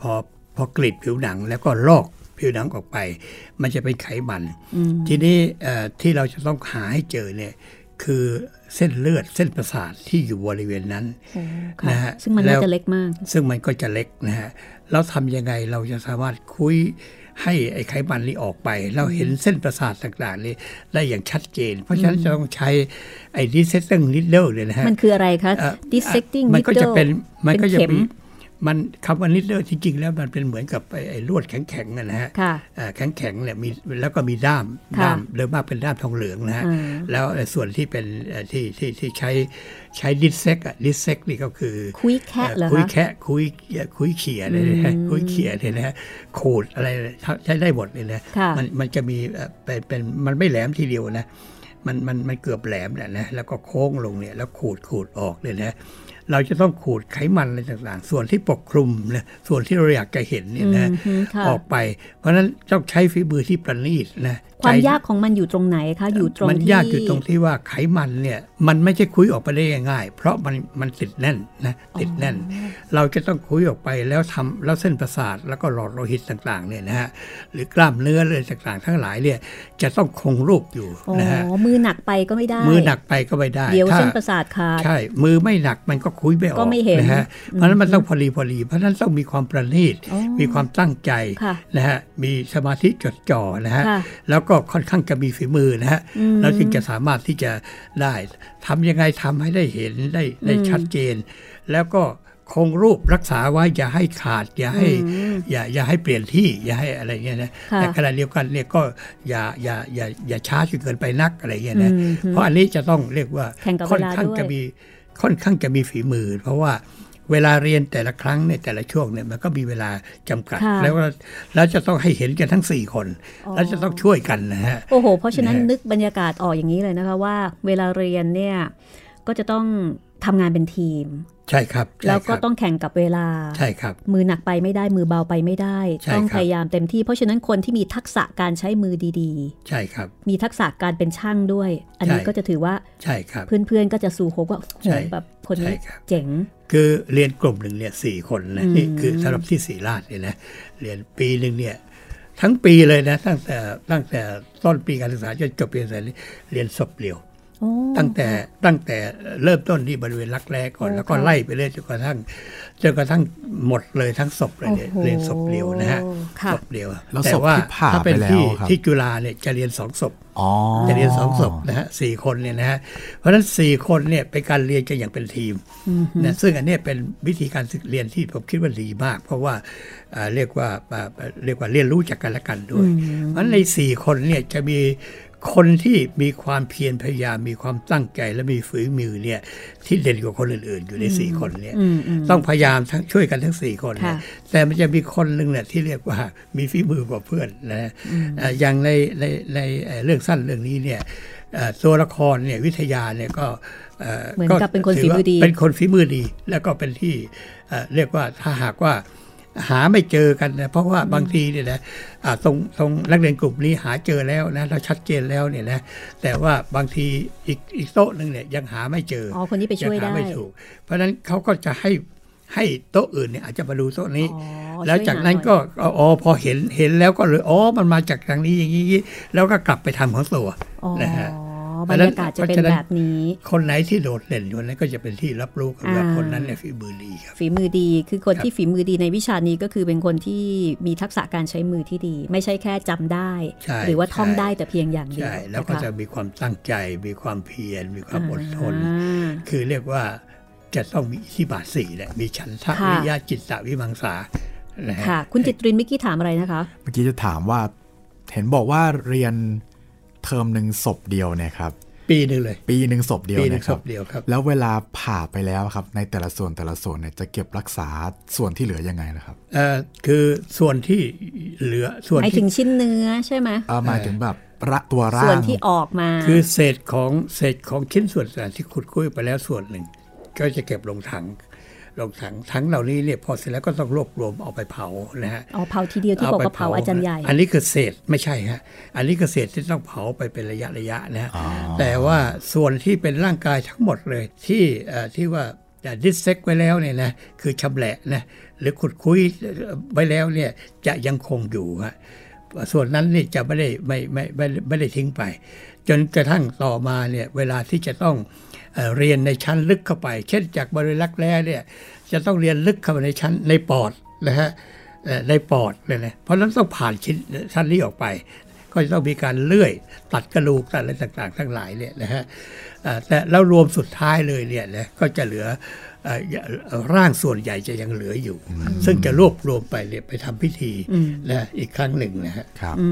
Speaker 3: พอพอกรีดผิวหนังแล้วก็ลอกผิวหนังออกไป มันจะเป็นไขมัน ทีนี้เอ่อที่เราจะต้องหาให้เจอเนี่ยคือเส้นเลือดเส้นประสาทที่อยู่บริเวณนั้น
Speaker 2: ค่ะ
Speaker 3: นะฮะ
Speaker 2: ซึ่งมันน่า
Speaker 3: แล้ว
Speaker 2: จะเล็กมาก
Speaker 3: ซึ่งมันก็จะเล็กนะฮะ แล้วทำยังไงเราจะสามารถคุยให้ไอ้ไขมันนี้ออกไป เราเห็นเส้นประสาทต่างๆนี้ได้อย่างชัดเจน เพราะฉะนั้นจะต้องใช้ไอ้ดิเซตติ้งนิดเดิลเลยนะฮะ
Speaker 2: มันคืออะไรคะ
Speaker 3: เอ่อ
Speaker 2: dissecting
Speaker 3: มันก็จะ
Speaker 2: needle
Speaker 3: เป็นมันก็จะ
Speaker 2: เป็นเข็ม
Speaker 3: มีมันคำว่านิดเดิลจริงๆแล้วมันเป็นเหมือนกับไอ้ไอ้ลวดแข็งๆอะนะฮะ
Speaker 2: ค่ะ
Speaker 3: อ่าแข็งแข็งๆเนี่ยมีแล้วก็มีด้าม
Speaker 2: ค่ะ
Speaker 3: ด้ามโดยมากเป็นด้ามทองเหลืองนะฮะ
Speaker 2: อ่า
Speaker 3: แล้วไอ้ส่วนที่เป็นเอ่อที่ที่ที่ใช้ใช้ดิสเซกอะดิสเซกนี่ก็คือ
Speaker 2: คุยแคะเหรอคะ
Speaker 3: คุยแคะคุยเอ่อคุยเขียเลยนะฮะคุยเขียเลยนะฮะขูดอะไรเลยทั้งใช้ได้หมดเลยนะ
Speaker 2: ค่ะ
Speaker 3: มัมันจะมีเอ่อเป็นเป็นมันไม่แหลมทีเดียวนะมันมันมันเกือบแหลมแหละนะแล้วก็โค้งลงเนี่ยแล้วขูดขูดออกเลยนะ เราจะต้องขูดไขมันอะไรต่างๆ ส่วนที่ปกคลุมนะส่วนที่เราอยากจะเห็นเนี่ยนะ
Speaker 2: อืมค่ะ
Speaker 3: ออกไป เพราะฉะนั้นต้องใช้ฝีมือที่ประณีตนะ
Speaker 2: ความ
Speaker 3: ใจ
Speaker 2: ยากของมันอยู่ตรงไหนคะ อยู่ตรง
Speaker 3: มัน
Speaker 2: ที่
Speaker 3: ยากอยู่ตรงที่ว่าไขมันเนี่ยมันไม่ใช่คุยออกไปได้ง่ายๆเพราะมันมันติดแน่นนะติดแน่น เราจะต้องคุยออกไปแล้วทำแล้วเส้นประสาทแล้วก็หลอดโลหิตต่างๆเนี่ยนะฮะหรือกล้ามเนื้อเลยต่างๆ ทั้งหลายเนี่ยจะต้องคงรูปอยู่
Speaker 2: อ๋อ
Speaker 3: นะฮะ
Speaker 2: มือหนักไปก็ไม่ได้
Speaker 3: มือหนักไปก็ไม่ได้
Speaker 2: เดี๋ยว
Speaker 3: ถ้า
Speaker 2: เส้นประสาทขาด
Speaker 3: ใช่ มือไม่หนักมันก็คุยไม่ออก
Speaker 2: ก็ไม่เห็น
Speaker 3: ฮะ เพราะฉะนั้นมันต้องพอดีพอดี เพราะฉะนั้นต้องมีความประณีต
Speaker 2: อ๋อ
Speaker 3: มีความตั้งใจ
Speaker 2: ค่ะ
Speaker 3: นะฮะ มีสมาธิจดจ่อนะฮะ
Speaker 2: ค่ะ
Speaker 3: แล้วก็ค่อนข้างจะมีฝีมือนะฮะ แล้วจึงจะสามารถที่จะได้ทำยังไงทำให้ได้เห็นได้ได้ชัดเจน แล้วก็คงรูปรักษาไว้อย่าให้ขาด อย่าให้อย่าอย่าให้เปลี่ยนที่อย่าให้อะไรเงี้ยนะ
Speaker 2: ค่ะ
Speaker 3: แต่ขณะเดียวกันเนี่ยก็อย่าอย่าอย่าอย่าช้าจนเกินไปนักอะไรเงี้ยนะ เพราะอันนี้จะต้องเรียกว่า
Speaker 2: แข่งกับ
Speaker 3: ค่อน
Speaker 2: เวลา
Speaker 3: ข้าง
Speaker 2: ด้วย
Speaker 3: จะมีค่อนข้างจะมีฝีมือ เพราะว่าเวลาเรียนแต่ละครั้งเนี่ยแต่ละช่วงเนี่ยมันก็มีเวลาจำกัด
Speaker 2: ค่ะ
Speaker 3: แล้วก็แล้วจะต้องให้เห็นกันทั้ง 4 คน
Speaker 2: อ๋อ
Speaker 3: แล้วจะต้องช่วยกันนะฮะ
Speaker 2: โอ้โห เพราะฉะนั้น
Speaker 3: นะฮะ
Speaker 2: นึกบรรยากาศออกอย่างนี้เลยนะคะว่า เวลาเรียนเนี่ยก็จะต้องทำงานเป็นทีม
Speaker 3: ใช่ครับใช่
Speaker 2: แล้วก็
Speaker 3: ครับ
Speaker 2: ต้องแข่งกับเวลา
Speaker 3: ใช่ครับ
Speaker 2: มือหนักไปไม่ได้มือเบาไปไม่ได้
Speaker 3: ใช่
Speaker 2: ต้อง
Speaker 3: ครั
Speaker 2: พ
Speaker 3: บ
Speaker 2: ยายามเต็มที่ เพราะฉะนั้นคนที่มีทักษะการใช้มือดี
Speaker 3: ใช่ครับ
Speaker 2: ๆ มีทักษะการเป็นช่างด้วย อันนี้
Speaker 3: ใช่
Speaker 2: ก็จะถือว่า
Speaker 3: ใช่ครับ
Speaker 2: เพื่อนๆก็จะสู่โคกว่าโอ้โห
Speaker 3: ใช่
Speaker 2: แบบคนนี้
Speaker 3: ใช่ครับ
Speaker 2: เจ๋ง
Speaker 3: คือเรียนกลุ่มหนึ่งเนี่ยสี่คนนะนี่คือสำหรับที่ศรีราชเนี่ยนะเรียนปีหนึ่งเนี่ยทั้งปีเลยนะตั้งแต่ตั้งแต่ต้นปีการศึกษาจนจบปีการศึกษาเนี่ยเรียนศพเดียว
Speaker 2: โอ้
Speaker 3: ตั้งแต่ตั้งแต่เริ่มต้นที่บริเวณรักแร้ก่อน
Speaker 2: โอ้
Speaker 3: แล้วก็
Speaker 2: ค่ะ
Speaker 3: ไล่ไปเรื่อยจนกระทั่งจนกระทั่งหมดเลยทั้งศพเลยเนี่ย
Speaker 2: โอ้โห
Speaker 3: เรียนศพเดียวนะฮะ
Speaker 2: ค่ะ
Speaker 3: ศพเดียว
Speaker 1: แล้ว
Speaker 3: แต่
Speaker 1: ศพ
Speaker 3: ว่า
Speaker 1: ที่ผ่า
Speaker 3: ถ้าเป็น
Speaker 1: ไปแล้ว
Speaker 3: ที่
Speaker 1: ครับ
Speaker 3: ที่จุฬาเนี่ยจะเรียนสองศพ
Speaker 1: อ๋อ
Speaker 3: จะเรียนสองศพนะฮะสี่คนเนี่ยนะฮะเพราะฉะนั้นสี่คนเนี่ยเป็นการเรียนกันอย่างเป็นทีมนะซึ่งอันเนี้ยเป็นวิธีการศึกเรียนที่ผมคิดว่าดีมาก เพราะว่าเอ่อเรียกว่าเอ่อเรียกว่าเรียนรู้จากกันและกันด้วย เพราะฉะนั้นในสี่คนเนี่ยจะมีคนที่มีความเพียรพยายามมีความตั้งใจและมีฝีมือเนี่ยที่เด่นกว่าคนอื่น ๆ อยู่ในสี่คนเนี่ยต้องพยายามทั้งช่วยกันทั้งสี่คนเนี่
Speaker 2: ค่ะ
Speaker 3: ยแต่มันจะมีคนหนึ่งเนี่ยที่เรียกว่ามีฝีมือกว่าเพื่อนนะฮะเอ่ออย่างในในในเอ่อเรื่องสั้นเรื่องนี้เนี่ยเอ่อตัวละครเนี่ยวิทยาเนี่ยก็เอ่อ
Speaker 2: เหมือนกับเป็นคนฝีมือดี
Speaker 3: ถืว่าเป็นคนฝีมือดี แล้วก็เป็นที่เอ่อเรียกว่าถ้าหากว่าหาไม่เจอกันนะเพราะว่าบางทีเนี่ยนะอ่าตรงตรงนักเรียนกลุ่มนี้หาเจอแล้วนะเราชัดเจนแล้วเนี่ยนะแต่ว่าบางทีอีกอีกโต๊ะหนึ่งเนี่ยยังหาไม่เจออ
Speaker 2: อ๋อคนนี้ไปช่วย
Speaker 3: งหา
Speaker 2: ได้
Speaker 3: ไม่ถูกเพราะฉะนั้นเขาก็จะให้ให้โต๊ะอื่นเนี่ยอาจจะมาดูโต๊ะนี้
Speaker 2: อ๋อ
Speaker 3: แล้วจากนั้นก็ก็อ๋อพอเห็นเห็นแล้วก็เลยอ๋อมันมาจากทางนี้อย่างนี้แล้วก็กลับไปทำของตัว
Speaker 2: อ๋อ
Speaker 3: นะฮะ
Speaker 2: บรรยากาศจะเป็น
Speaker 3: เพราะฉะนั้น
Speaker 2: แบบนี้
Speaker 3: คนไหนที่โดดเด่นคนนั้นก็จะเป็นที่รับรู้กันว่า
Speaker 2: อ่า
Speaker 3: คนนั้นเนี่ยฝีมือดีครับ
Speaker 2: ฝีมือดีคือคน
Speaker 3: ครับ
Speaker 2: ที่ฝีมือดีในวิชานี้ก็คือเป็นคนที่มีทักษะการใช้มือที่ดี ไม่ใช่แค่จำได้
Speaker 3: ใช่
Speaker 2: หรือว่าท่อง
Speaker 3: ใช่
Speaker 2: ได้แต่เพียงอย่างเดียว
Speaker 3: ใช่แล้วก็
Speaker 2: นค
Speaker 3: จะมีความตั้งใจมีความเพียรมีความอดทน
Speaker 2: อ่า
Speaker 3: คือเรียกว่าจะต้องมีอิทธิบาทสี่แหละมีฉันทะ
Speaker 2: ค่ะ
Speaker 3: วิริยะจิตตะวิมังสานะฮะ
Speaker 2: ค่ะ คุณจิตรินเมื่อกี้ถามอะไรนะคะ
Speaker 1: เมื่อกี้จะถามว่า เห็นบอกว่าเรียนเทอมหนึ่งศพเดียวเนี่ยครับ
Speaker 3: ปีหนึ่งเลย
Speaker 1: ปีหนึ่งศพเดียว
Speaker 3: ปีหนึ่ง
Speaker 1: นะครั
Speaker 3: ศพเดียวครับ
Speaker 1: แล้วเวลาผ่าไปแล้วครับ ในแต่ละส่วนแต่ละส่วนเนี่ยจะเก็บรักษาส่วนที่เหลือยังไงนะครับ
Speaker 3: เอ่อคือส่วนที่เหลือส่วน
Speaker 2: หมาย
Speaker 3: ที่
Speaker 2: ถึงชิ้นเนื้อใช่ไหม
Speaker 1: เอ่อหมายถึงแบบระตัวร่าง
Speaker 2: ส่วนที่ออกมา
Speaker 3: คือเศษของเศษของชิ้นส่วนต่างๆที่ขุดคุ้ยไปแล้วส่วนหนึ่ง ก็จะเก็บลงถังลงถังถังเหล่านี้เนี่ยพอเสร็จแล้วก็ต้องรวบรวมเอาไปเผานะฮะ
Speaker 2: เอาเผาทีเดียวที่บอกว่าเผาอาจารย์ใหญ่
Speaker 3: อันนี้คือเศษไม่ใช่ฮะอันนี้คือเศษที่ต้องเผาไปเป็นระยะระยะนะฮะแต่ว่าส่วนที่เป็นร่างกายทั้งหมดเลยที่เอ่อที่ว่าดิสเซกไว้แล้วเนี่ยนะคือชำแหละนะหรือขุดคุ้ยไว้แล้วเนี่ยจะยังคงอยู่ฮะ ส่วนนั้นนี่จะไม่ได้ไม่ไม่ไม่ไม่ไม่ได้ทิ้งไป จนกระทั่งต่อมาเนี่ยเวลาที่จะต้องเอ่อเรียนในชั้นลึกเข้าไป เช่นจากบริเวณรักแร้เนี่ยจะต้องเรียนลึกเข้าไปในชั้นในปอดนะฮะเอ่อในปอดเลยนะเพราะฉะนั้นต้องผ่านชิ้นชั้นนี้ออกไป ก็จะต้องมีการเลื่อย ตัดกระดูกตัดอะไรต่างๆ ทั้งหลายเนี่ยนะฮะเอ่อแต่แล้วรวมสุดท้ายเลยเนี่ยนะก็จะเหลือเอ่อร่างส่วนใหญ่จะยังเหลืออยู่ ซึ่งจะรวบรวมไปเนี่ยไปทำพิธีนะอีกครั้งหนึ่งนะฮะ
Speaker 1: ครับ
Speaker 2: อื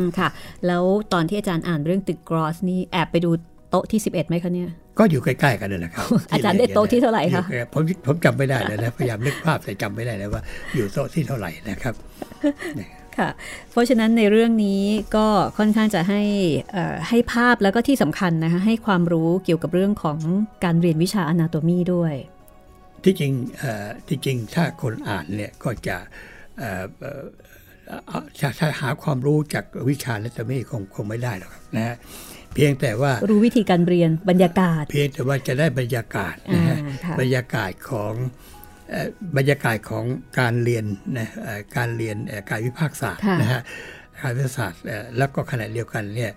Speaker 2: มค่ะ แล้วตอนที่อาจารย์อ่านเรื่องตึกกรอสนี่แอบไปดูโต๊ะที่ 11ไหมคะเนี่ย
Speaker 3: ก็อยู่ใกล้ๆกันเลยนะครับ
Speaker 2: อาจารย์ได้โต๊ะที่เท่าไหร่คะ
Speaker 3: อยู่ใกล้ๆผมผมจำไม่ได้แล้วนะ พยายามนึกภาพแต่จำไม่ได้แล้วว่า อยู่โต๊ะที่เท่าไหร่นะครับ
Speaker 2: ค่ะ เพราะฉะนั้นในเรื่องนี้ก็ค่อนข้างจะให้เอ่อให้ภาพแล้วก็ที่สำคัญนะคะให้ความรู้เกี่ยวกับเรื่องของการเรียนวิชาอนาโตมีด้วย
Speaker 3: ที่จริงเอ่อที่จริงถ้าคนอ่านเนี่ยก็จะเอ่อเอ่อเอาถ้าถ้าหาความรู้จากวิชาและตเมฆคงคงไม่ได้หรอกครับนะฮะเพียงแต่ว่า
Speaker 2: รู้วิธีการเรียนบรรยากาศ
Speaker 3: เพียงแต่ว่าจะได้บรรยากาศนะฮะ
Speaker 2: อ่าค่ะ
Speaker 3: บรรยากาศของเอ่อบรรยากาศของการเรียนนะเอ่อการเรียนเอ่อกายวิภาคศาสตร์
Speaker 2: ค่ะ
Speaker 3: นะฮะกายวิภาคศาสตร์เอ่อแล้วก็ขณะเดียวกันเนี่ย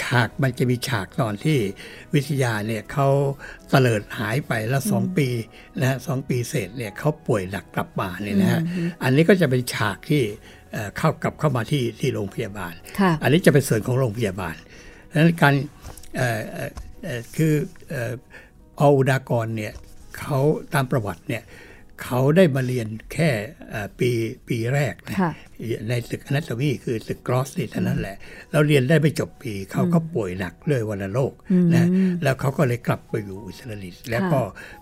Speaker 3: ฉากมันจะมีฉากตอนที่วิทยาเนี่ยเขาเตลิดหายไปแล้วสองปีนะฮะสองปีเสร็จเนี่ยเขาป่วยหนักกลับมาเนี่ยนะฮะอันนี้ก็จะเป็นฉากที่เอ่อเข้ากลับเข้ามาที่ที่โรงพยาบาล
Speaker 2: ค่ะ
Speaker 3: อันนี้จะเป็นส่วนของโรงพยาบาลดังนั้นการเอ่อเอ่อเอ่อคือเอ่อเอาอุดากรเนี่ยเขาตามประวัติเนี่ยเขาได้มาเรียนแค่เอ่อปีปีแรกนะ
Speaker 2: ค่ะ
Speaker 3: ในตึกอนาโตมีคือตึกกรอสนี่เท่านั้นแหละ แล้วเรียนได้ไม่จบปีเขาก็ป่วยหนักด้วยวัณโรคนะแล้วเขาก็เลยกลับไปอยู่อิสราเอลแล้วก็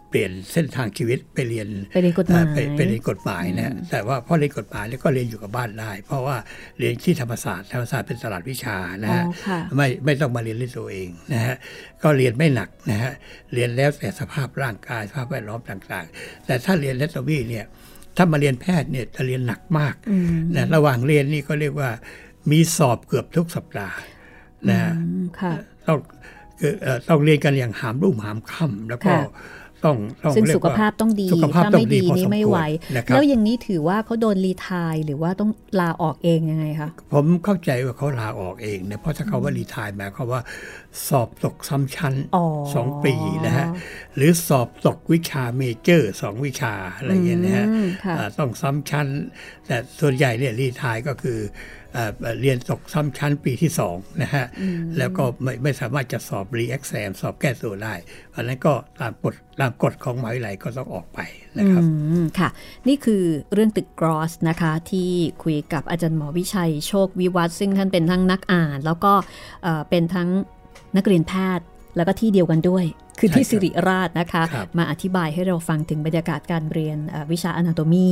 Speaker 3: เปลี่ยนเส้นทางชีวิตไปเรียน
Speaker 2: ไปเรียนกฎหมาย
Speaker 3: เอ่อไปไปเรียนกฎหมายนะฮะแต่ว่าพอเรียนกฎหมายแล้วก็เรียนอยู่กับบ้านได้ เพราะว่าเรียนที่ธรรมศาสตร์ธรรมศาสตร์เป็นตลาดวิชานะฮะ
Speaker 2: อ๋อค่ะ
Speaker 3: ไม่ไม่ต้องมาเรียนด้วยตัวเองนะฮะก็เรียนไม่หนักนะฮะเรียนแล้วแต่สภาพร่างกายสภาพแวดล้อมต่างๆ แต่ถ้าเรียนเลตวีเนี่ยถ้ามาเรียนแพทย์เนี่ยจะเรียนหนักมากนะระหว่างเรียนนี่ก็เรียกว่ามีสอบเกือบทุกสัปดาห์นะฮะ
Speaker 2: อืมค่ะ
Speaker 3: ต้องคือเอ่อต้องเรียนกันอย่างหามรุ่งหามค่ำแล้วก็
Speaker 2: ค่ะ
Speaker 3: ต้องต้อง
Speaker 2: ซึ่ง
Speaker 3: เรียก
Speaker 2: สุข
Speaker 3: ว่
Speaker 2: ภาพต้องดี
Speaker 3: สุขภาพ
Speaker 2: ถ้า
Speaker 3: ต้อง
Speaker 2: ไม่
Speaker 3: ดี
Speaker 2: ดี
Speaker 3: พอส
Speaker 2: นี่
Speaker 3: ม
Speaker 2: ไม่
Speaker 3: คว
Speaker 2: ไหว
Speaker 3: รนะครับ
Speaker 2: แล้วอย่างนี้ถือว่าเขาโดนรีไทายหรือว่าต้องลาออกเองยังไงคะ
Speaker 3: ผมเข้าใจว่าเขาลาออกเองนะเพราะถ้าเขาว่ารีไทายหมายความว่า สอบตกซ้ำชั้น
Speaker 2: อ๋อ
Speaker 3: สองปีนะฮะหรือสอบตกวิชาเมเจอร์สองวิชาอะไรอย่างเงี้ยนะฮะ
Speaker 2: อืมค่ะ
Speaker 3: อ่าต้องซ้ำชั้น แต่ส่วนใหญ่เนี่ยรีไทายก็คือเอ่อเรียนตกซ้ำชั้นปีที่สองนะฮะแล้วก็ไม่ไม่สามารถจะสอบรีเอ็กแซมสอบแก้ตัวได้เพราะฉะนั้นก็ตามกฎตามกฎของมหาวิทยาลัยก็ต้องออกไปนะครับ
Speaker 2: อืมค่ะ นี่คือเรื่องตึกกรอสนะคะ ที่คุยกับอาจารย์หมอวิชัยโชควิวัฒน์ซึ่งท่านเป็นทั้งนักอ่าน แล้วก็เอ่อเป็นทั้งนักเรียนแพทย์ แล้วก็ที่เดียวกันด้วย คือที่
Speaker 3: ใช่ครับ
Speaker 2: สิริราชนะคะ
Speaker 3: ครับ
Speaker 2: มาอธิบายให้เราฟังถึงบรรยากาศการเรียนเอ่อวิชาอนาโตมี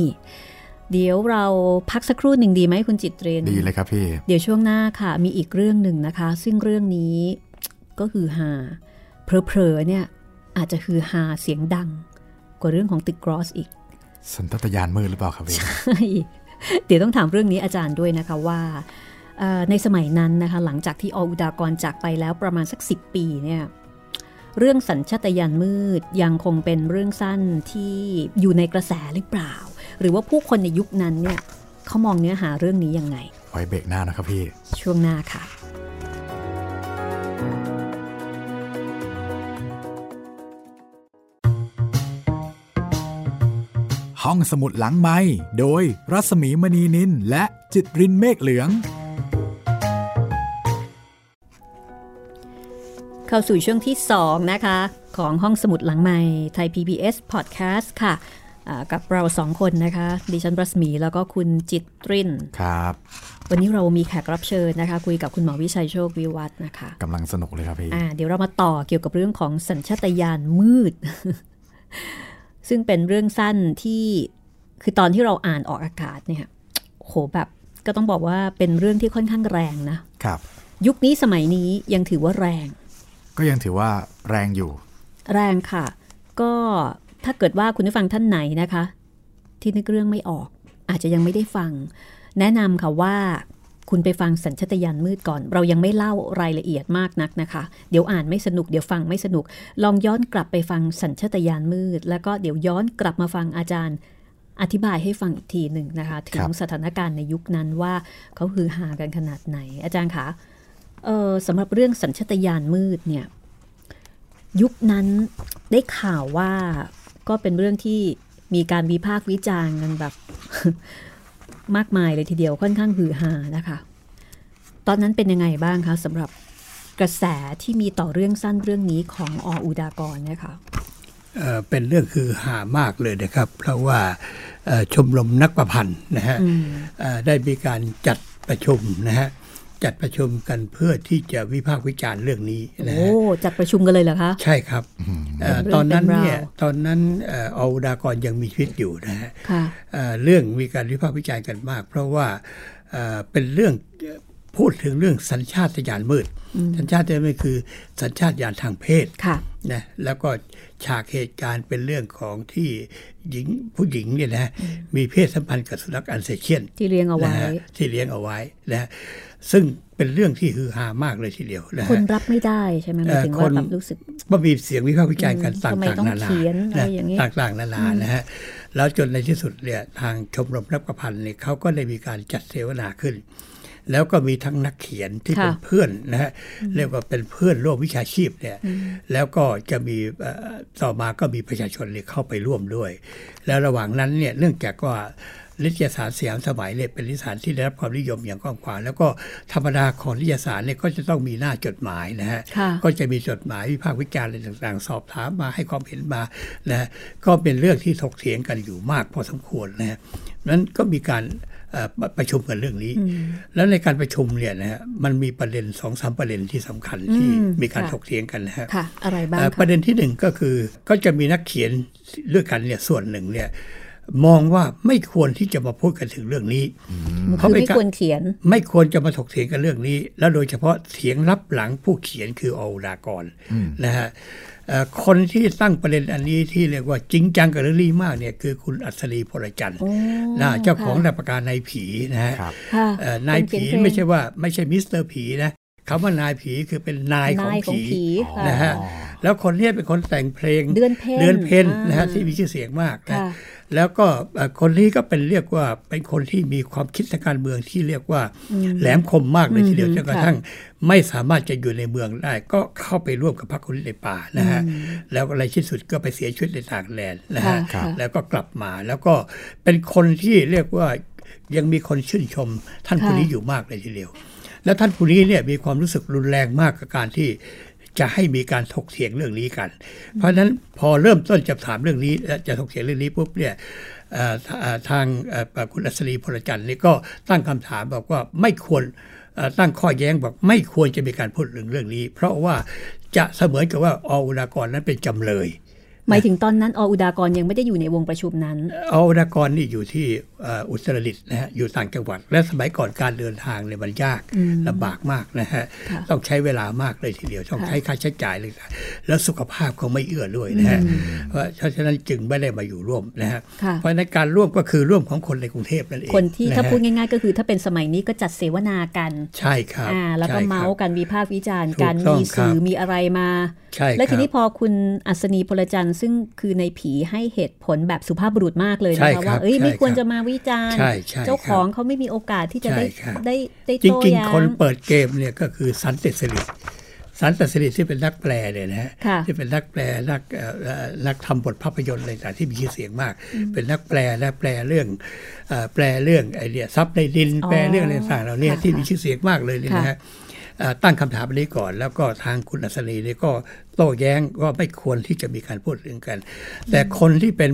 Speaker 2: เดี๋ยวเราพักสักครู่หนึ่งดีไหมคุณจิตเรน
Speaker 1: ดีเลยครับพี่
Speaker 2: เดี๋ยวช่วงหน้าค่ะ มีอีกเรื่องหนึ่งนะคะ ซึ่งเรื่องนี้ก็คือฮาเพลอๆเนี่ยอาจจะคือฮาเสียงดัง กว่าเรื่องของตึกกรอสอีก
Speaker 1: สัญชาตญาณมืดหรือเปล่าครับพี่
Speaker 2: เดี๋ยวต้อง ถามเรื่องนี้อาจารย์ด้วยนะคะว่าเอ่อในสมัยนั้นนะคะ หลังจากที่ออุดากรจากไปแล้วประมาณสัก 10 ปีเนี่ยเรื่องสัญชาตญาณมืดยังคงเป็นเรื่องสั้นที่อยู่ในกระแสหรือเปล่า หรือว่าผู้คนในยุคนั้นเนี่ยเขามองเนื้อหาเรื่องนี้ยังไง
Speaker 1: ไว้เบรกหน้านะครับพี่
Speaker 2: ช่วงหน้าค่ะ
Speaker 1: ห้องสมุดหลังไม้โดยรัสมีมณีนินและจิตรินเมฆเหลือง
Speaker 2: เข้าสู่ช่วงที่ 2 นะคะ ของห้องสมุดหลังใหม่ไทย PBS Podcast ค่ะอ่ากับเราสองคนนะคะ ดิฉันรัศมีแล้วก็คุณจิตตริน
Speaker 1: ครับ
Speaker 2: วันนี้เรามีแขกรับเชิญนะคะ คุยกับคุณหมอวิชัยโชควิวัฒน์นะคะ
Speaker 1: กำลังสนุกเลยครับพี่
Speaker 2: อ่าเดี๋ยวเรามาต่อเกี่ยวกับเรื่องของสัญชาตญาณมืด ซึ่งเป็นเรื่องสั้นที่คือตอนที่เราอ่านออกอากาศเนี่ยโหแบบก็ต้องบอกว่าเป็นเรื่องที่ค่อนข้างแรงนะ
Speaker 1: ครับ
Speaker 2: ยุคนี้สมัยนี้ยังถือว่าแรง
Speaker 1: ก็ยังถือว่าแรงอยู่
Speaker 2: แรงค่ะ ก็ถ้าเกิดว่าคุณผู้ฟังท่านไหนนะคะ ที่นึกเรื่องไม่ออก อาจจะยังไม่ได้ฟัง แนะนำค่ะว่า คุณไปฟังสัญชตาตญาณมืดก่อน เรายังไม่เล่ารายละเอียดมากนักนะคะ เดี๋ยวอ่านไม่สนุกเดี๋ยวฟังไม่สนุก ลองย้อนกลับไปฟังสัญชตาตญาณมืด แล้วก็เดี๋ยวย้อนกลับมาฟังอาจารย์ อธิบายให้ฟังอีกทีหนึ่งนะคะ ถึ
Speaker 1: ค
Speaker 2: ง
Speaker 1: รับ
Speaker 2: สถานการณ์ในยุคนั้นว่าเขาฮือฮากันขนาดไหน อาจารย์คะเออสำหรับเรื่องสัญชตาตญาณมืดเนี่ย ยุคนั้นได้ข่าวว่าก็เป็นเรื่องที่มีการวิพากษ์วิจารณ์กันแบบ มากมายเลยทีเดียวค่อนข้างฮือฮานะคะ ตอนนั้นเป็นยังไงบ้างคะสำหรับกระแสที่มีต่อเรื่องสั้นเรื่องนี้ของออุดากรเนี่ยค่ะ
Speaker 3: เอ่อเป็นเรื่องคือหามากเลยนะครับ เพราะว่าเอ่อชมรมนักประพันธ์นะฮะเอ่อได้มีการจัดประชุมนะฮะจัดประชุมกันเพื่อที่จะวิพากษ์วิจารณ์เรื่องนี้นะ
Speaker 2: โอ้
Speaker 3: ฮะ
Speaker 2: จัดประชุมกันเลยเหรอคะ
Speaker 3: ใช่ครับเอ่อ
Speaker 2: เป็นเรื่อง
Speaker 3: ตอนนั้น
Speaker 2: เป็นราว
Speaker 3: เนี่ยตอนนั้นเอ่อเอาดากรยังมีชีวิตอยู่นะฮะ
Speaker 2: ค่ะ
Speaker 3: เอ่อเรื่องมีการวิพากษ์วิจารณ์กันมาก เพราะว่าเอ่อเป็นเรื่องพูดถึงเรื่องสัญชาตญาณมืด สัญชาติไม่คือสัญชาติยานทางเพศ
Speaker 2: ค่ะ
Speaker 3: นะแล้วก็ฉากเหตุการณ์เป็นเรื่องของที่หญิงผู้หญิงเนี่ยนะมีเพศสัมพันธ์กับสุนัขอันเซเชียน
Speaker 2: ที่เรียงเอาไว้
Speaker 3: นะฮะที่เลี้ยงเอาไว้นะฮะซึ่งเป็นเรื่องที่ฮือฮามากเลยทีเดียวนะ
Speaker 2: ค
Speaker 3: ฮะ
Speaker 2: นรับไม่ได้ใช่ไหมหมายถึง
Speaker 3: เอ่อ
Speaker 2: ว่า
Speaker 3: คน
Speaker 2: แบบรู้สึก
Speaker 3: มันมีเสียงวิพากษ์วิจารณ์กัน
Speaker 2: อืม
Speaker 3: ต่าง
Speaker 2: ทำไม
Speaker 3: ๆ
Speaker 2: ต้อง
Speaker 3: นานา
Speaker 2: เขียนอะไรอย่างนี้
Speaker 3: ต่างๆนานานะฮะแล้วจนในที่สุดเนี่ยทางชมรมรับประพันธ์เนี่ยเขาก็ได้มีการจัดเสวนาขึ้น แล้วก็มีทั้งนักเขียนที่เป็นเพื่อนนะฮะเรียกว่าเป็นเพื่อนร่วมวิชาชีพเนี่ยแล้วก็จะมีเอ่อต่อมาก็มีประชาชนเนี่ยเข้าไปร่วมด้วย แล้วระหว่างนั้นเนี่ยเนื่องจากว่านิตยสารสยามสมัยเนี่ยเป็นนิตยสารที่ได้รับความนิยมอย่างกว้างขวางแล้วก็ธรรมดาของนิตยสารเนี่ยก็จะต้องมีหน้าจดหมายนะฮะ
Speaker 2: ค่ะ
Speaker 3: ก็จะมีจดหมายวิพากษ์วิจารณ์อะไรต่างๆ สอบถามมาให้ความเห็นมานะก็เป็นเรื่องที่ถกเถียงกันอยู่มากพอสมควรนะฮะนั้นก็มีการเอ่อประประชุมกันเรื่องนี้ แล้วในการประชุมเนี่ยนะฮะมันมีประเด็นสองสามประเด็นที่สำคัญที่
Speaker 2: อืม
Speaker 3: มีการ
Speaker 2: ค่ะ
Speaker 3: ถกเถียงกันนะฮะ
Speaker 2: ค่ะ อะไรบ้าง
Speaker 3: เอ่อป
Speaker 2: คะ
Speaker 3: ระเด็นที่หนึ่งก็คือก็จะมีนักเขียนด้วยกันเนี่ยส่วนหนึ่งเนี่ยมองว่าไม่ควรที่จะมาพูดกันถึงเรื่องนี้ เพ
Speaker 2: คื
Speaker 3: ราะ
Speaker 2: อ
Speaker 3: เป็น
Speaker 2: ไม่
Speaker 3: กา
Speaker 2: ค
Speaker 3: ร
Speaker 2: วรเขียน
Speaker 3: ไม่ควรจะมาถกเถียงกันเรื่องนี้ แล้วโดยเฉพาะเถียงรับหลังผู้เขียนคืออรากรนะฮะเอ่อคนที่ตั้งประเด็นอันนี้ที่เรียกว่าจริงจังกับเรื่องนี้มากเนี่ยคือคุณอัศรีพลจันทร์นะเจ้าของหลักประการนายผีนะฮะ
Speaker 1: ครับ
Speaker 2: ค่ะ
Speaker 3: เอ่อนายผีไม่ใช่ว่าไม่ใช่มิสเตอร์ผีนะคำว่านายผีคือเป็นนายของ
Speaker 2: นายของ
Speaker 3: ผี
Speaker 2: ผีค่ะ
Speaker 3: นะฮะแล้วคนเนี้ยเป็นคนแต่งเพลง
Speaker 2: เดือนเพน
Speaker 3: เดือนเพนนะฮะ
Speaker 2: อ่า
Speaker 3: ที่มีชื่อเสียงมากนะ
Speaker 2: ค่ะ
Speaker 3: แล้วก็เอ่อคนนี้ก็เป็นเรียกว่าเป็นคนที่มีความคิดทางการเมืองที่เรียกว่าแหลมคมมากเลยทีเดียว
Speaker 2: อืม
Speaker 3: จนกระทั่งไม่สามารถจะอยู่ในเมืองได้ ก็เข้าไปร่วมกับพรรคคนในป่านะฮะแล้วอะไรที่สุดก็ไปเสียชีวิตในต่างแดนนะฮะ
Speaker 2: ค่ะ
Speaker 3: แล้วก็กลับมาแล้วก็เป็นคนที่เรียกว่ายังมีคนชื่นชม ท่านผู้
Speaker 2: ค่ะ
Speaker 3: นี้อยู่มากเลยทีเดียว และท่านผู้นี้เนี่ยมีความรู้สึกรุนแรงมากกับการที่จะให้มีการถกเถียงเรื่องนี้กัน เพราะฉะนั้นพอเริ่มต้นจะถามเรื่องนี้และจะถกเถียงเรื่องนี้ปุ๊บเนี่ยเอ่อทาเอ่อทางเอ่อคุณอัศรีพลจันทร์นี่ก็ตั้งคำถามบอกว่าไม่ควรเอ่อตั้งข้อแย้งบอกไม่ควรจะมีการพูดถึงเรื่องนี้ เพราะว่าจะเสมือนกับว่าออุลากรนั้นเป็นจำเลย
Speaker 2: หมายถึงตอนนั้นออุดากรยังไม่ได้อยู่ในวงประชุมนั้น
Speaker 3: เอาดากรนี่อยู่ที่เอ่ออุตรดิตถ์นะฮะอยู่ต่างจังหวัด และสมัยก่อนการเดินทางเนี่ยมันยากลำบากมากนะฮะต้องใช้เวลามากเลยทีเดียวต้องใช้ค่าใช้จ่ายเลยนะแล้วสุขภาพเขาไม่เอื้อด้วยนะฮะเพราะฉะนั้นจึงไม่ได้มาอยู่ร่วมนะฮะ
Speaker 2: ค่ะ
Speaker 3: เพราะฉะนั้นการร่วมก็คือร่วมของคนในกรุงเทพนั่นเอง
Speaker 2: คนที่ถ้า
Speaker 3: ะฮะ
Speaker 2: พูดง่ายๆ ก็คือถ้าเป็นสมัยนี้ก็จัดเสวนากัน
Speaker 3: ใช่ครับ
Speaker 2: อ่าแล้วก็
Speaker 3: ใช่ครับ
Speaker 2: เมาส์กันวิพากษ์วิจารณ์
Speaker 3: ถูก
Speaker 2: กัน
Speaker 3: ต้อง
Speaker 2: มีสื่อ
Speaker 3: ครับ
Speaker 2: มีอะไรมา
Speaker 3: ใช่ครับ
Speaker 2: และทีนี้พอคุณอัศนีพลจันทร์ซึ่งคือในผีให้เหตุผลแบบสุภาพบุรุษมากเลย
Speaker 3: ใช่
Speaker 2: นะคะ
Speaker 3: ครั
Speaker 2: ว่า
Speaker 3: บ
Speaker 2: เอ้ย
Speaker 3: ใช่
Speaker 2: ไม่ควร
Speaker 3: ครับ
Speaker 2: จะมาวิจารณ์
Speaker 3: ใช่ใช่
Speaker 2: เจ้าของเขาไม่มีโอกาสที่จะได้
Speaker 3: ใช่ครับ
Speaker 2: ได้ได้
Speaker 3: จ
Speaker 2: โต้
Speaker 3: ริง
Speaker 2: แย้
Speaker 3: ๆ คน
Speaker 2: ง
Speaker 3: เปิดเกมเนี่ยก็คือสันติสิริสันติสิริที่เป็นนักแปลเนี่ยนะฮะ
Speaker 2: ค่ะ
Speaker 3: ที่เป็นนักแปลนักเอ่อเอ่อนักทำบทภาพยนตร์อะไรต่างๆที่มีชื่อเสียงมาก เป็นนักแปลและแปลเรื่องเอ่อแปลเรื่องไอเนี่ยซับในดิน
Speaker 2: อ๋อ
Speaker 3: แปลเรื่องอะไรต่างๆเหล่านี้
Speaker 2: ค่ะ
Speaker 3: ที่มีชื่อเสียงมากเลยเนี่ยนะ
Speaker 2: ค่ะ
Speaker 3: ฮะเอ่อตั้งคำถามอันนี้ก่อน แล้วก็ทางคุณอัศรีเนี่ยก็โต้แย้งว่าไม่ควรที่จะมีการพูดถึงกัน แต่คนที่เป็น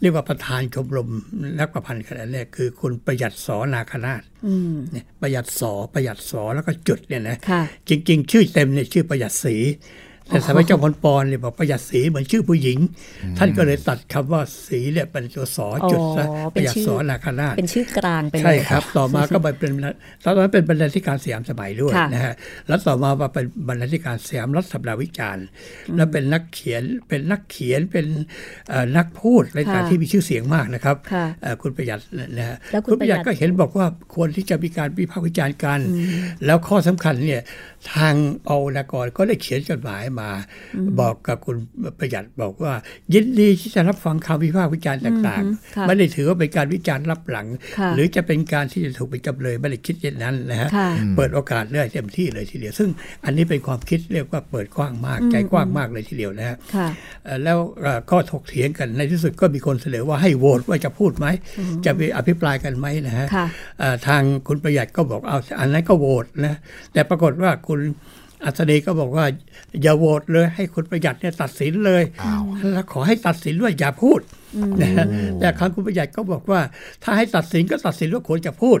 Speaker 3: เรียกว่าประธานชมรมนักประพันธ์ขนาดนี้คือคุณประหยัดสอนาคนาถ
Speaker 2: อืม
Speaker 3: เนี่ยประหยัดสอประหยัดสอแล้วก็จุดเนี่ยนะ
Speaker 2: ค่ะ
Speaker 3: จริง ๆ ชื่อเต็มเนี่ยชื่อประหยัดสีแต่สมัยเจ้าพลปอนเนี่ยบอกประหยัดสีเหมือนชื่อผู้หญิง ท่านก็เลยตัดคำว่าสีเนี่ยเป็นตัวสอจุดซะ
Speaker 2: อ๋อ
Speaker 3: ป
Speaker 2: เป็น
Speaker 3: ระหยัด
Speaker 2: ชื่อ
Speaker 3: สอนาคนาถ
Speaker 2: เป็นชื่อกลางไปเลย
Speaker 3: ใช่ครับ ต่อมาก็ไปเป็นตอนนั้นเป็นบรรณาธิการสยามสมัยด้วย
Speaker 2: ค่ะ
Speaker 3: นะฮะ แล้วต่อมามาเป็นบรรณาธิการสยามรัฐสัปดาห์วิจารณ์ แล้วเป็นนักเขียน เป็นนักเขียน เป็นเอ่อนักพูดอะไรต่าง
Speaker 2: ค่ะ
Speaker 3: ๆที่มีชื่อเสียงมากนะครับ
Speaker 2: ค่ะ
Speaker 3: เอ่อคุณประหยัดนะฮะ
Speaker 2: แล้วคุณ
Speaker 3: ณประหยัด
Speaker 2: ประหยัด
Speaker 3: ก็เห็นบอกว่าควรที่จะมีการวิพากษ์วิจารณ์กัน แล้วข้อสำคัญเนี่ยทางเอานากรก็ได้เขียนจดหมายมา บอกกับคุณประหยัดบอกว่า ยินดีที่จะรับฟังคำวิพากษ์วิจารณ์ต่าง
Speaker 2: ค่ะ
Speaker 3: ๆไม่ได้ถือว่าเป็นการวิจารณ์รับหลัง
Speaker 2: ค่ะ
Speaker 3: หรือจะเป็นการที่จะถูกเป็นจำเลยไม่ได้คิดอย่างนั้นนะฮะ
Speaker 2: ค่ะ
Speaker 3: เปิดโอกาสเรื่อยเต็มที่เลยทีเดียว ซึ่งอันนี้เป็นความคิดเรียกว่าเปิดกว้างมากใจกว้างมากเลยทีเดียวนะฮะ
Speaker 2: ค่ะ
Speaker 3: เอ่อแล้วเอ่อก็ถกเถียงกันในที่สุดก็มีคนเสนอว่าให้โหวตว่าจะพูดไหม จะไปอภิปรายกันไหมนะฮะ
Speaker 2: ค่ะ
Speaker 3: เอ่อทางคุณประหยัดก็บอกเอาอันนั้นก็โหวตนะแต่ปรากฏว่าคุณอัศดีก็บอกว่า อย่าโหวตเลยให้คุณประหยัดเนี่ยตัดสินเลยแล้วขอให้ตัดสินด้วยอย่าพูดนะฮะแต่ครั้งคุณประหยัดก็บอกว่า ถ้าให้ตัดสินก็ตัดสินว่าควรจะพูด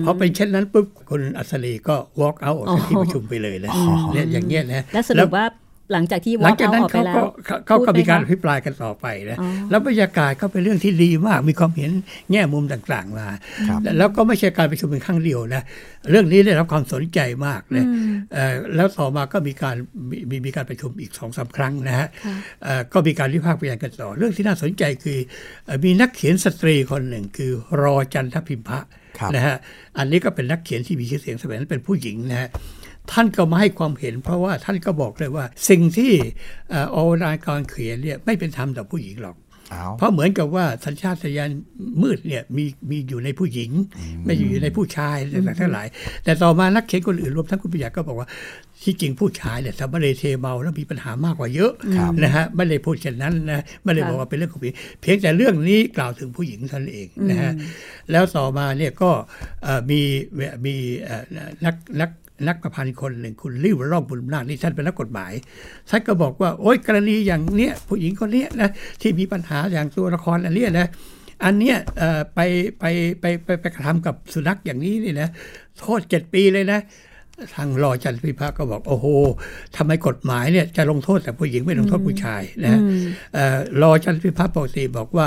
Speaker 3: เพราะเป็นเช่นนั้นปุ๊บคุณอัศดีก็ walk out ออกจากที่ประชุมไปเลยนะเนี่ยอย่างเงี้ยนะ
Speaker 2: แล้วส
Speaker 3: แล้
Speaker 2: รุ
Speaker 3: ว
Speaker 2: ปว่า หลังจากที่
Speaker 3: หลั
Speaker 2: ว่าง
Speaker 3: จาก
Speaker 2: เขา
Speaker 3: นั้น
Speaker 2: ออกไป
Speaker 3: เขา
Speaker 2: แล้
Speaker 3: ก็
Speaker 2: ว
Speaker 3: เขาเขา
Speaker 2: พู
Speaker 3: ก็
Speaker 2: ดไหม
Speaker 3: มีการ
Speaker 2: คะ
Speaker 3: อภิปรายกันต่อไปนะ
Speaker 2: อ๋อ
Speaker 3: แล้วบรรยากาศก็เป็นเรื่องที่ดีมากมีความเห็นแง่มุมต่างๆมา
Speaker 1: ครับ
Speaker 3: และแล้วก็ไม่ใช่การประชุมเป็นครั้งเดียวนะเรื่องนี้ได้รับความสนใจมากเลยเอ่อแล้วต่อมาก็มีการมีมีมีการประชุมอีกสองสาครั้งนะฮะเอ่อก็มีการวิพากษ์วิจารณ์กันต่อ เรื่องที่น่าสนใจคือเอ่อมีนักเขียนสตรีคนหนึ่งคือรอจันทพิมพะ
Speaker 1: ครับ
Speaker 3: นะฮะ อันนี้ก็เป็นนักเขียนที่มีชื่อเสียงสมัยนั้นเป็นผู้หญิงนะฮะ ท่านก็มาให้ความเห็น เพราะว่าท่านก็บอกเลยว่า สิ่งที่เอ่ออรายการเขียนเนี่ยไม่เป็นธรรมต่อผู้หญิงหรอก
Speaker 1: เอา
Speaker 3: เพราะเหมือนกับว่าสัญชาตญาณมืดเนี่ยมีมีอยู่ในผู้หญิง ไม่ได้อยู่ในผู้ชายต่างๆทั้งหลาย แต่ต่อมานักเขียนคนอื่นรวมทั้งคุณปิยาก็บอกว่าที่จริงผู้ชายเนี่ยสามารถเทเมาแล้วมีปัญหามากกว่าเยอะนะฮะไม่ได้พูดเช่นนั้นนะไม่ได้บอกว่าเป็นเรื่องของผู้หญิงเพียงแต่เรื่องนี้กล่าวถึงผู้หญิงเท่านั้นเองนะฮะแล้วต่อมาเนี่ยก็เอ่อมีมีเอ่อนักนัก นักประพันธ์คนหนึ่งคุณริวร่องบุญนาคนี่ท่านเป็นนักกฎหมายท่านก็บอกว่า โอ๊ยกรณีอย่างเนี้ยผู้หญิงคนเนี้ยนะที่มีปัญหาอย่างตัวละครอันเนี้ยนะอันเนี้ยเอ่อไปไปไปไปไปกระทำกับสุนัขอย่างนี้นี่นะโทษเจ็ดปีเลยนะ ทางรอจันทร์พิพากษ์ก็บอกโอ้โหทำไมกฎหมายเนี่ยจะลงโทษแต่ผู้หญิงไม่ลงโทษผู้ชายนะเอ่อรอจันทร์พิพากษ์ปกติบอกว่า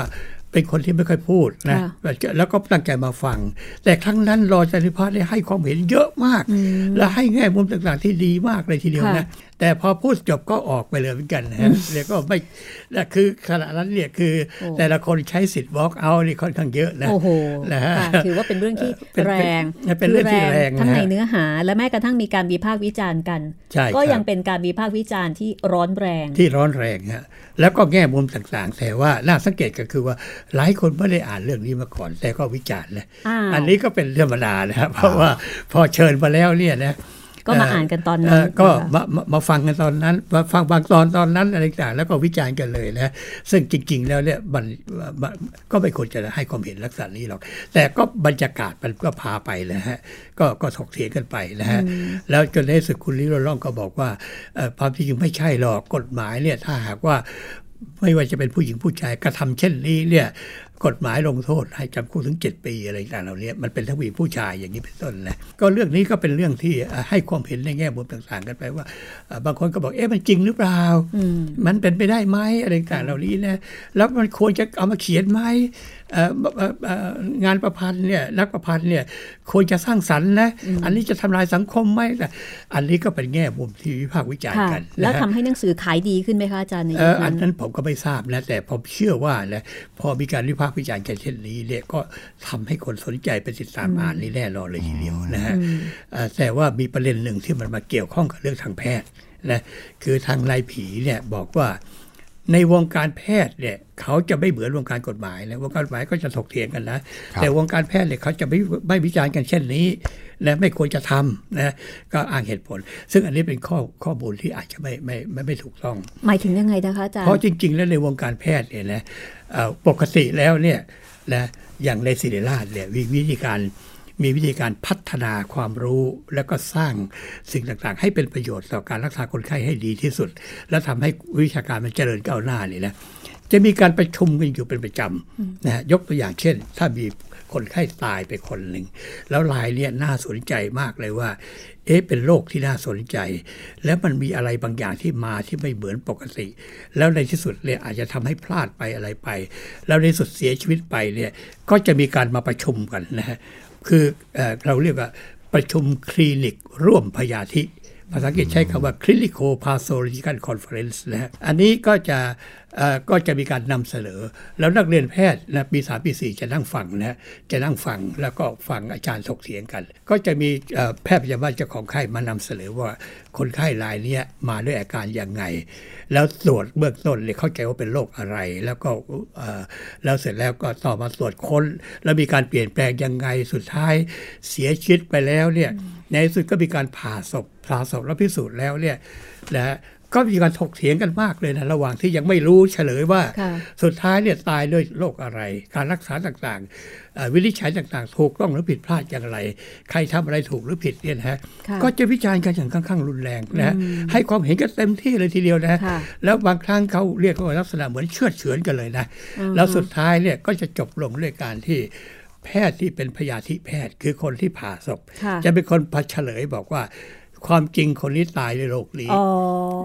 Speaker 3: เป็นคนที่ไม่ค่อยพูดนะ
Speaker 2: ค่ะ
Speaker 3: แล้วก็ตั้งใจมาฟัง แต่ครั้งนั้นรอจันทร์พิพากษ์ได้ให้ความเห็นเยอะมาก และให้แง่มุมต่างๆที่ดีมากเลยทีเดียว
Speaker 2: ค่ะ
Speaker 3: นะ แต่พอพูดจบก็ออกไปเลยเหมือนกันนะฮะเรียกก็ไม่และคือขณะนั้นเนี่ยคือ แต่ละคนใช้สิทธิ์ walk out นี่ค่อนข้างเยอะนะ
Speaker 2: โอ้โห
Speaker 3: นะฮะ
Speaker 2: ค่ะถือว่าเป็นเรื่องที่
Speaker 3: เป็น
Speaker 2: แร
Speaker 3: เป็น
Speaker 2: ง
Speaker 3: เป็นเรื่องที่แรงนะฮะ
Speaker 2: ทั้งในเนื้อหา และแม้กระทั่งมีการวิพากษ์วิจารณ์กัน
Speaker 3: ใช่ครับ
Speaker 2: ก็ยังเป็นการวิพากษ์วิจารณ์ที่ร้อนแรง
Speaker 3: ที่ร้อนแรงฮะแล้วก็แง่มุมต่างๆ แต่ว่าน่าสังเกตก็คือว่าหลายคนไม่ได้อ่านเรื่องนี้มาก่อน แต่ก็วิจารณ์นะ
Speaker 2: อ้าว
Speaker 3: นนี้ก็เป็นธรรมดานะครับ เพราะว่าพอเชิญมาแล้วเนี่ยนะ
Speaker 2: ก็มาอ่านกันตอนนั้
Speaker 3: เอ่
Speaker 2: น
Speaker 3: อก็
Speaker 2: นะคะ
Speaker 3: มามามาฟังกันตอนนั้นมาฟังบางตอนตอนนั้นอะไรต่างๆแล้วก็วิจารณ์กันเลยนะซึ่งจริง ๆ แล้วเนี่ยมันมันก็ไม่ควรจะให้ความเห็นลักษณะนี้หรอก แต่ก็บรรยากาศมันก็พาไปนะฮะก็ก็ถกเถียงกันไปนะฮะแล้วจนในที่สุดคุณลิโรล่องก็บอกว่าเอ่อความที่จริงไม่ใช่หรอกกฎหมายเนี่ยถ้าหากว่า ไม่ว่าจะเป็นผู้หญิงผู้ชายกระทำเช่นนี้เนี่ยกฎหมายลงโทษให้จำคุกถึง 7 ปีอะไรต่างๆเหล่านี้มันเป็นทั้งผู้หญิงผู้ชายอย่างนี้เป็นต้นนะก็เรื่องนี้ก็เป็นเรื่องที่เอ่อให้ความเห็นในแง่มุมต่างๆ กันไปว่าเอ่อบางคนก็บอกเอ๊ะมันจริงหรือเปล่า มันเป็นไปได้ไหมอะไรต่างๆเหล่านี้นะแล้วมันควรจะเอามาเขียนไหมเอ่อเอ่อเอ่องานประพันธ์เนี่ยนักประพันธ์เนี่ยควรจะสร้างสรรค์นะอันนี้จะทำลายสังคมไหมแต่อันนี้ก็เป็นแง่มุมที่วิพากษ์วิจารณ์
Speaker 2: ค่ะ
Speaker 3: กันนะ
Speaker 2: แล้ว
Speaker 3: ฮะ
Speaker 2: ทำให้หนังสือขายดีขึ้นไหมคะอาจารย์ใน
Speaker 3: เอ
Speaker 2: ยุ
Speaker 3: อ
Speaker 2: ค
Speaker 3: อั
Speaker 2: นั้น น
Speaker 3: นั้นผมก็ไม่ทราบนะแต่ผมเชื่อว่านะพอมีการวิพากษ์วิจารณ์กันเช่นนี้เนี่ยก็ทำให้คนสนใจไปติดตามอ่านนี่แน่นอนเลยทีเดียวนะฮะเอ่อแต่ว่ามีประเด็นหนึ่งที่มันมาเกี่ยวข้องกับเรื่องทางแพทย์นะคือทางนายผีเนี่ยบอกว่า ในวงการแพทย์เนี่ยเขาจะไม่เหมือนวงการกฎหมายนะวงการกฎหมายก็จะถกเถียงกันนะ
Speaker 1: ครับ
Speaker 3: แต่วงการแพทย์เนี่ยเขาจะไม่ไม่วิจารณ์กันเช่นนี้และไม่ควรจะทำนะก็อ้างเหตุผล ซึ่งอันนี้เป็นข้อข้อมูลที่อาจจะไม่ไม่ไม่ไม่ถูกต้อง
Speaker 2: หมายถึงยังไงนะคะอาจารย์
Speaker 3: เพราะจริง ๆ แล้วในวงการแพทย์เนี่ยนะเอ่อปกติแล้วเนี่ยนะอย่างในศิริราชเนี่ยมีวิธีการมีวิธีการพัฒนาความรู้ แล้วก็สร้างสิ่งต่างๆ ให้เป็นประโยชน์ต่อการรักษาคนไข้ให้ดีที่สุด และทำให้วิชาการมันเจริญก้าวหน้าเนี่ยนะจะมีการประชุมกันอยู่เป็นประจำนะฮะยกตัวอย่างเช่น ถ้ามีคนไข้ตายไปคนหนึ่งแล้วรายเนี่ยน่าสนใจมากเลยว่า เอ๊ะเป็นโรคที่น่าสนใจ แล้วมันมีอะไรบางอย่างที่มาที่ไม่เหมือนปกติ แล้วในที่สุดเนี่ยอาจจะทำให้พลาดไปอะไรไป แล้วในที่สุดเสียชีวิตไปเนี่ยก็จะมีการมาประชุมกันนะฮะคือเออเราเรียกว่าประชุมคลินิกร่วมพยาธิ ภาษาอังกฤษใช้คำว่า clinical pathological conference นะฮะอันนี้ก็จะเอ่อก็จะมีการนำเสนอ แล้วนักเรียนแพทย์นะปีสามปีสี่จะนั่งฟังนะฮะจะนั่งฟังแล้วก็ฟังอาจารย์ถกเถียงกัน ก็จะมีเอ่อแพทย์พยาบาลเจ้าของไข้มานำเสนอว่าคนไข้รายเนี้ยมาด้วยอาการยังไง แล้วตรวจเบื้องต้นเลยเข้าใจว่าเป็นโรคอะไร แล้วก็เอ่อแล้วเสร็จแล้วก็ต่อมาตรวจค้น แล้วมีการเปลี่ยนแปลงยังไงสุดท้ายเสียชีวิตไปแล้วเนี่ยในที่สุดก็มีการผ่าศพ ผ่าศพแล้วพิสูจน์แล้วเนี่ยนะฮะก็มีการถกเถียงกันมากเลยนะระหว่างที่ยังไม่รู้เฉลยว่า
Speaker 2: ค่ะ
Speaker 3: สุดท้ายเนี่ยตายด้วยโรคอะไร การรักษาต่างๆเอ่อวินิจฉัยต่างๆ ถูกต้องหรือผิดพลาดอย่างไร ใครทำอะไรถูกหรือผิดเนี่ยนะฮะ
Speaker 2: ค่ะ
Speaker 3: ก็จะวิจารณ์กันอย่างค่อนข้างรุนแรงนะฮะให้ความเห็นกันเต็มที่เลยทีเดียวนะฮะ
Speaker 2: ค่ะ
Speaker 3: แล้วบางครั้งเขาเรียกว่าลักษณะเหมือนเชือดเฉือนกันเลยนะแล้วสุดท้ายเนี่ยก็จะจบลงด้วยการที่แพทย์ที่เป็นพยาธิแพทย์ คือคนที่ผ่าศพ
Speaker 2: ค่ะ
Speaker 3: จะเป็นคนเผาเฉลยบอกว่า ความจริงคนนี้ตายด้วยโรคนี้
Speaker 2: อ๋อ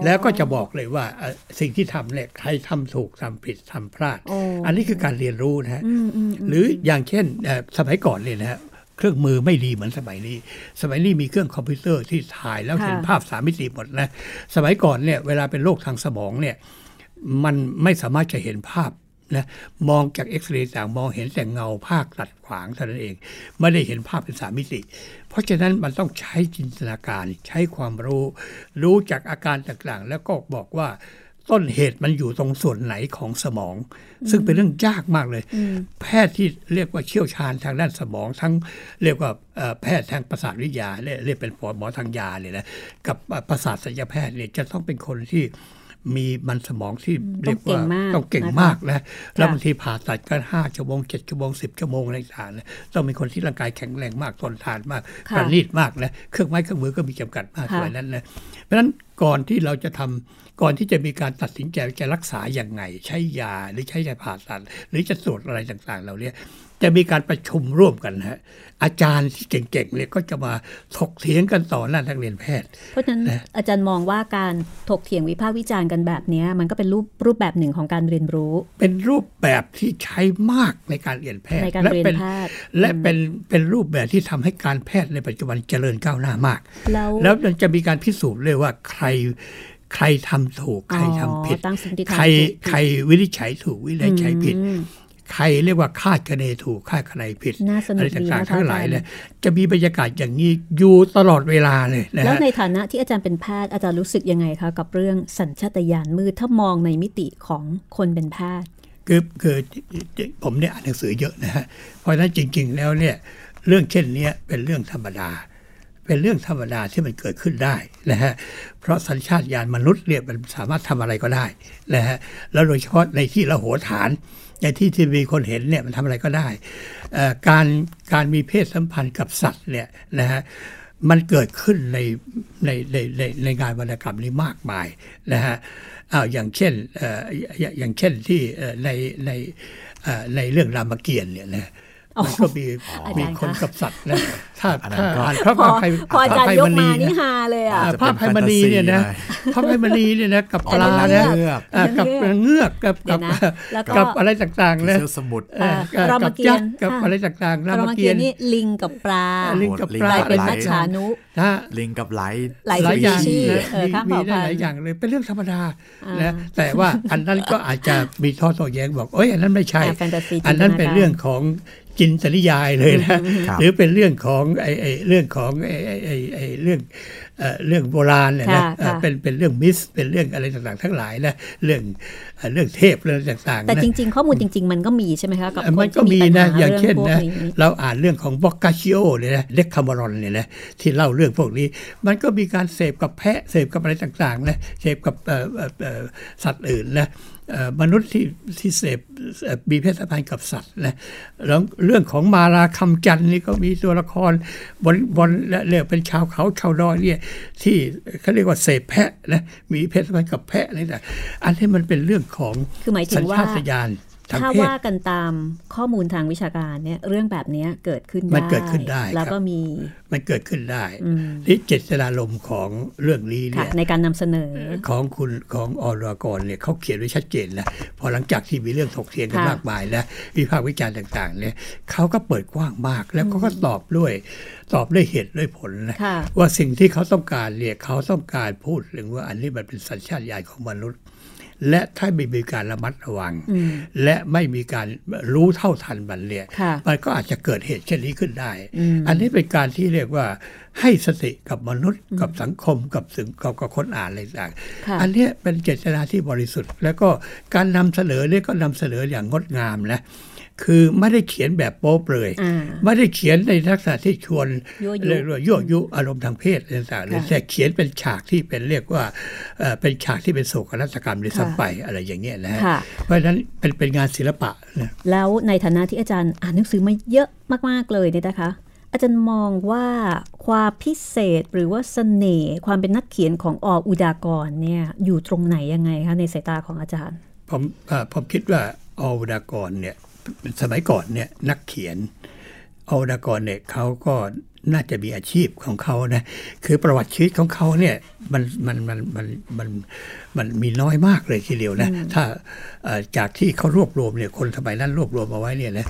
Speaker 3: แล้วก็จะบอกเลยว่าเอ่อสิ่งที่ทำเนี่ยใครทำถูกทำผิดทำพลาด
Speaker 2: โอ้
Speaker 3: อันนี้คือการเรียนรู้นะฮะ
Speaker 2: อืมอืมอืม
Speaker 3: หรืออย่างเช่นเอ่อสมัยก่อนเลยนะฮะเครื่องมือไม่ดีเหมือนสมัยนี้ สมัยนี้มีเครื่องคอมพิวเตอร์ที่ถ่ายแล้วเห็นภาพสามมิติหมดนะสมัยก่อนเนี่ยเวลาเป็นโรคทางสมองเนี่ยมันไม่สามารถจะเห็นภาพนะมองจากเอ็กซเรย์ต่างมองเห็นแต่เงาภาคตัดขวางเท่านั้นเอง ไม่ได้เห็นภาพเป็นสามมิติ เพราะฉะนั้นมันต้องใช้จินตนาการใช้ความรู้ รู้จากอาการต่างๆ แล้วก็บอกว่าต้นเหตุมันอยู่ตรงส่วนไหนของสมอง ซึ่งเป็นเรื่องยากมากเลย แพทย์ที่เรียกว่าเชี่ยวชาญทางด้านสมองทั้งเรียกว่าเอ่อแพทย์ทางประสาทวิทยาเรียกเรียกเป็นหมอหมอทางยาเลยนะกับเอ่อประสาทศัลยแพทย์เนี่ยจะต้องเป็นคนที่มีมันสมองที่เรียกว่าต้องเก่งมากนะแล้วบางทีผ่าตัดก็ห้าชั่วโมงเจ็ดชั่วโมงสิบชั่วโมงอะไรต่างๆนะต้องเป็นคนที่ร่างกายแข็งแรงมากทนทานมาก
Speaker 2: ค่ะ
Speaker 3: ประณีตมากนะเครื่องไม้เครื่องมือก็มีจำกัดมาก
Speaker 2: ค่ะ
Speaker 3: ส่วนนั้นนะเพราะฉะนั้นก่อนที่เราจะทำก่อนที่จะมีการตัดสินใจว่าจะรักษาอย่างไง ใช้ยาหรือใช้ยาผ่าตัด หรือจะตรวจอะไรต่างๆ เราเนี่ยจะมีการประชุมร่วมกันนะฮะอาจารย์ที่เก่งๆเนี่ยก็จะมาถกเถียงกันต่อหน้านักเรียนแพทย์
Speaker 2: เพราะฉะนั้นอาจารย์มองว่าการถกเถียงวิพากษ์วิจารณ์กันแบบเนี้ยมันก็เป็นรูปรูปแบบหนึ่งของการเรียนรู้
Speaker 3: เป็นรูปแบบที่ใช้มากในการเรียนแพทย์
Speaker 2: ในการ
Speaker 3: และ
Speaker 2: เรียน
Speaker 3: เป็น
Speaker 2: แพทย์
Speaker 3: และเป็นเป็นรูปแบบที่ทำให้การแพทย์ในปัจจุบันเจริญก้าวหน้ามาก
Speaker 2: แล้ว
Speaker 3: แล้วมันจะมีการพิสูจน์เลยว่าใครใครทำถูก ใครทำผิด
Speaker 2: อ๋อตั้งสมมติฐาน
Speaker 3: ใคร
Speaker 2: ถูกผิด
Speaker 3: ใครวินิจฉัยถูกวินิจฉัยผิด
Speaker 2: อืม
Speaker 3: ใครเรียกว่าคาดคะเนถูกคาดคะเนผิด
Speaker 2: น่าสนุก
Speaker 3: อะ
Speaker 2: ดี
Speaker 3: ไรต่าง
Speaker 2: นะคะ
Speaker 3: ๆทั้งหลาย
Speaker 2: อาจารย์
Speaker 3: เลยจะมีบรรยากาศอย่างนี้อยู่ตลอดเวลาเลยนะ
Speaker 2: แล้ว
Speaker 3: ฮะ
Speaker 2: ในฐานะที่อาจารย์เป็นแพทย์อาจารย์รู้สึกยังไงคะกับเรื่องสัญชาตญาณมืดถ้ามองในมิติของคนเป็นแพทย์
Speaker 3: คือคือผมเนี่ยอ่านหนังสือเยอะนะฮะเพราะฉะนั้นจริง ๆ แล้วเนี่ยเรื่องเช่นเนี้ยเป็นเรื่องธรรมดา เป็นเรื่องธรรมดาที่มันเกิดขึ้นได้นะฮะเพราะสัญชาตญาณมนุษย์เนี่ยมันสามารถทำอะไรก็ได้นะฮะแล้วโดยเฉพาะในที่ละโหฐาน ในที่ที่มีคนเห็นเนี่ยมันทำอะไรก็ได้เอ่อการการมีเพศสัมพันธ์กับสัตว์เนี่ยนะฮะมันเกิดขึ้นในในในในในงานวรรณกรรมนี้มากมายนะฮะ อ้าวอย่างเช่นเอ่ออย่าอย่างเช่นที่เอ่อในในเอ่อในเรื่องรามเกียรติ์เนี่ยนะ
Speaker 2: อ๋อ
Speaker 3: มันก็มี
Speaker 2: อาจารย์
Speaker 3: มีคน
Speaker 2: คะ
Speaker 3: กับสัตว์นะถ้า
Speaker 1: อันนั้น
Speaker 3: ถ้า
Speaker 1: ก็
Speaker 3: อ่านพระ
Speaker 2: พอ
Speaker 3: ภัย
Speaker 2: พออาจารย์ยกมานี่
Speaker 3: พระ
Speaker 2: ฮาเลยอ่ะ
Speaker 3: ภัยมณีนะอ่าพระภัยมณีเนี่ยนะพระภัยมณีเนี่ยนะกับปลา
Speaker 2: แต่
Speaker 3: นะ
Speaker 2: เงือก
Speaker 3: อ่ากับเงือกกับ
Speaker 2: เดี๋ย
Speaker 3: กั
Speaker 2: ว
Speaker 3: บ
Speaker 2: นะแล้วก็
Speaker 3: กับอะไรต่าง
Speaker 1: ผี
Speaker 3: ๆนะ
Speaker 1: เสื้อสมุทร
Speaker 3: เอ่อ
Speaker 2: เอ่อราม
Speaker 3: กับ
Speaker 2: เกีย
Speaker 3: ยั
Speaker 2: รติ
Speaker 3: กษ์กับ
Speaker 2: ค่ะ
Speaker 3: อะไรต่างๆราม
Speaker 2: เรามา
Speaker 3: เกี
Speaker 2: เกี
Speaker 3: ย
Speaker 2: ย
Speaker 3: รติ์
Speaker 2: นี่ลิงกับปลา
Speaker 3: อ่าลิงกับ
Speaker 1: ลิง
Speaker 3: ป
Speaker 1: กับ
Speaker 2: ก
Speaker 3: ลา
Speaker 2: ลายเป็นมัจ
Speaker 3: หล
Speaker 2: ฉาย นุ
Speaker 3: ๆนะ
Speaker 1: ลิงกับหลาย
Speaker 2: หลาย
Speaker 3: หลายอย่าง
Speaker 2: ชี
Speaker 1: ชี
Speaker 2: พ
Speaker 1: ส์
Speaker 3: นะ
Speaker 2: เออข้าม
Speaker 3: มี
Speaker 2: เผ่าพันธุ์
Speaker 3: ได้หลายอย่างเลยเป็นเรื่องธรรมดา
Speaker 2: อ่า
Speaker 3: นะแต่ว่าอันนั้นก็อาจจะมีข้อโต้แย้งบอกเอ้ยอันนั้นไม่ใช่
Speaker 2: อ่าแฟนตาซี
Speaker 3: อันนั้นเป็นเรื่องของจินตนิยายเลยนะหรือเป็นเรื่องของไอ้ไอ้เรื่องของไอ้ไอ้ไอ้ไอ้เรื่องเอ่อเรื่องโบราณเนี่ยนะ
Speaker 2: ค่ะ
Speaker 3: เอ่อ
Speaker 2: ค่ะ
Speaker 3: เป็นเป็นเรื่องมิสเป็นเรื่องอะไรต่างๆ ทั้งหลายนะเรื่องเอ่อเรื่องเทพเรื่องต่างๆ
Speaker 2: แต่
Speaker 3: นะ
Speaker 2: จริง ๆ ข้อมูลจริง ๆ มันก็มีใช่ไหมคะกับค
Speaker 3: มัน นก็
Speaker 2: ที่มี
Speaker 3: มี
Speaker 2: ปัญ
Speaker 3: นะ
Speaker 2: หา
Speaker 3: อย่าง
Speaker 2: เรื่อง
Speaker 3: เช่น
Speaker 2: พวก
Speaker 3: นะ
Speaker 2: นี้
Speaker 3: เราอ่านเรื่องของบ็อกกาชิโอเนี่ยนะเด็กคามารอนเนี่ยนะที่เล่าเรื่องพวกนี้ มันก็มีการเสพกับแพะเสพกับอะไรต่างๆนะเสพกับเอ่อเอ่อเอ่อสัตว์อื่นนะเอ่อมนุษย์ที่ที่เสพเอ่อมีเพศสัมพันธ์กับสัตว์นะแล้วเรื่องของมาลาคำจันทร์นี่ก็มีตัวละครบนบนและเรียกเป็นชาวเขาชาวดอยเนี่ยที่เขาเรียกว่าเสพแพะนะมีเพศสัมพันธ์กับแพะนี่แหละอันนี้มันเป็นเรื่องของ
Speaker 2: คือหมายถึงว่า
Speaker 3: สัญชาตญาณทาง
Speaker 2: ถ้า
Speaker 3: เพศ
Speaker 2: ว่ากันตามข้อมูลทางวิชาการเนี่ยเรื่องแบบเนี้ยเกิดขึ้นได้
Speaker 3: มันเกิดขึ้นได้
Speaker 2: แล้ว
Speaker 3: ครับ
Speaker 2: ก็มี
Speaker 3: มันเกิดขึ้นได้ที่เจตนารมณ์ของเรื่องนี้
Speaker 2: ค่ะ
Speaker 3: เนี่ย
Speaker 2: ในการนำเสนอ
Speaker 3: ของคุณของอรากรเนี่ยเขาเขียนไว้ชัดเจนนะพอหลังจากที่มีเรื่องถกเถียงกัน
Speaker 2: ค่ะ
Speaker 3: มากมายนะวิพากษ์วิจารณ์ต่างๆเนี่ยเขาก็เปิดกว้างมากแล้วเขาก็ตอบด้วย ตอบด้วยเหตุด้วยผลนะ
Speaker 2: ค่ะ
Speaker 3: ว่าสิ่งที่เขาต้องการเนี่ยเขาต้องการพูดถึงว่าอันนี้มันเป็นสัญชาตญาณของมนุษย์ และถ้าไม่มีการระมัดระวัง
Speaker 2: อืม
Speaker 3: และไม่มีการรู้เท่าทันมันเนี่ย
Speaker 2: ค่ะ
Speaker 3: มันก็อาจจะเกิดเหตุเช่นนี้ขึ้นได้
Speaker 2: อืม
Speaker 3: อันนี้เป็นการที่เรียกว่าให้สติกับมนุษย์กับสังคมกับสึงกับกับคนอ่านอะไรต่าง
Speaker 2: ค่ะ
Speaker 3: อันเนี้ยเป็นเจตนาที่บริสุทธิ์ แล้วก็การนำเสนอเนี่ยก็นำเสนออย่างงดงามนะ คือไม่ได้เขียนแบบโป๊เปลือย
Speaker 2: อ่า
Speaker 3: ไม่ได้เขียนในลักษณะที่ชวน
Speaker 2: ยั่วยุ
Speaker 3: เรียกว่ายั่วยุอารมณ์ทางเพศอะไรต่างๆหรือ
Speaker 2: ค่ะ
Speaker 3: แต่เขียนเป็นฉากที่เป็นเรียกว่าเอ่อเป็นฉากที่เป็นโศกนาฏกรรมใน
Speaker 2: ค่ะ
Speaker 3: สัมไปอะไรอย่างเงี้ยนะฮะ
Speaker 2: ค่ะ
Speaker 3: เพราะฉะนั้นเป็นเป็นงานศิลปะนะ
Speaker 2: แล้วในฐานะที่อาจารย์อ่านหนังสือมาเยอะมาก ๆ เลยเนี่ยนะคะ อาจารย์มองว่าความพิเศษหรือว่าเสน่ห์ความเป็นนักเขียนของออุดากรเนี่ยอยู่ตรงไหนยังไงคะในสายตาของอาจารย์
Speaker 3: ผมเอ่อผมคิดว่าอวดากรเนี่ยสมัยก่อนเนี่ยนักเขียน เอาดากรเนี่ยเขาก็น่าจะมีอาชีพของเขานะคือประวัติชีวิตของเขาเนี่ยมันมันมันมันมันมันมีน้อยมากเลยทีเดียวนะถ้าเอ่อจากที่เขารวบรวมเนี่ยคนสมัยนั้นรวบรวมเอาไว้เนี่ยนะ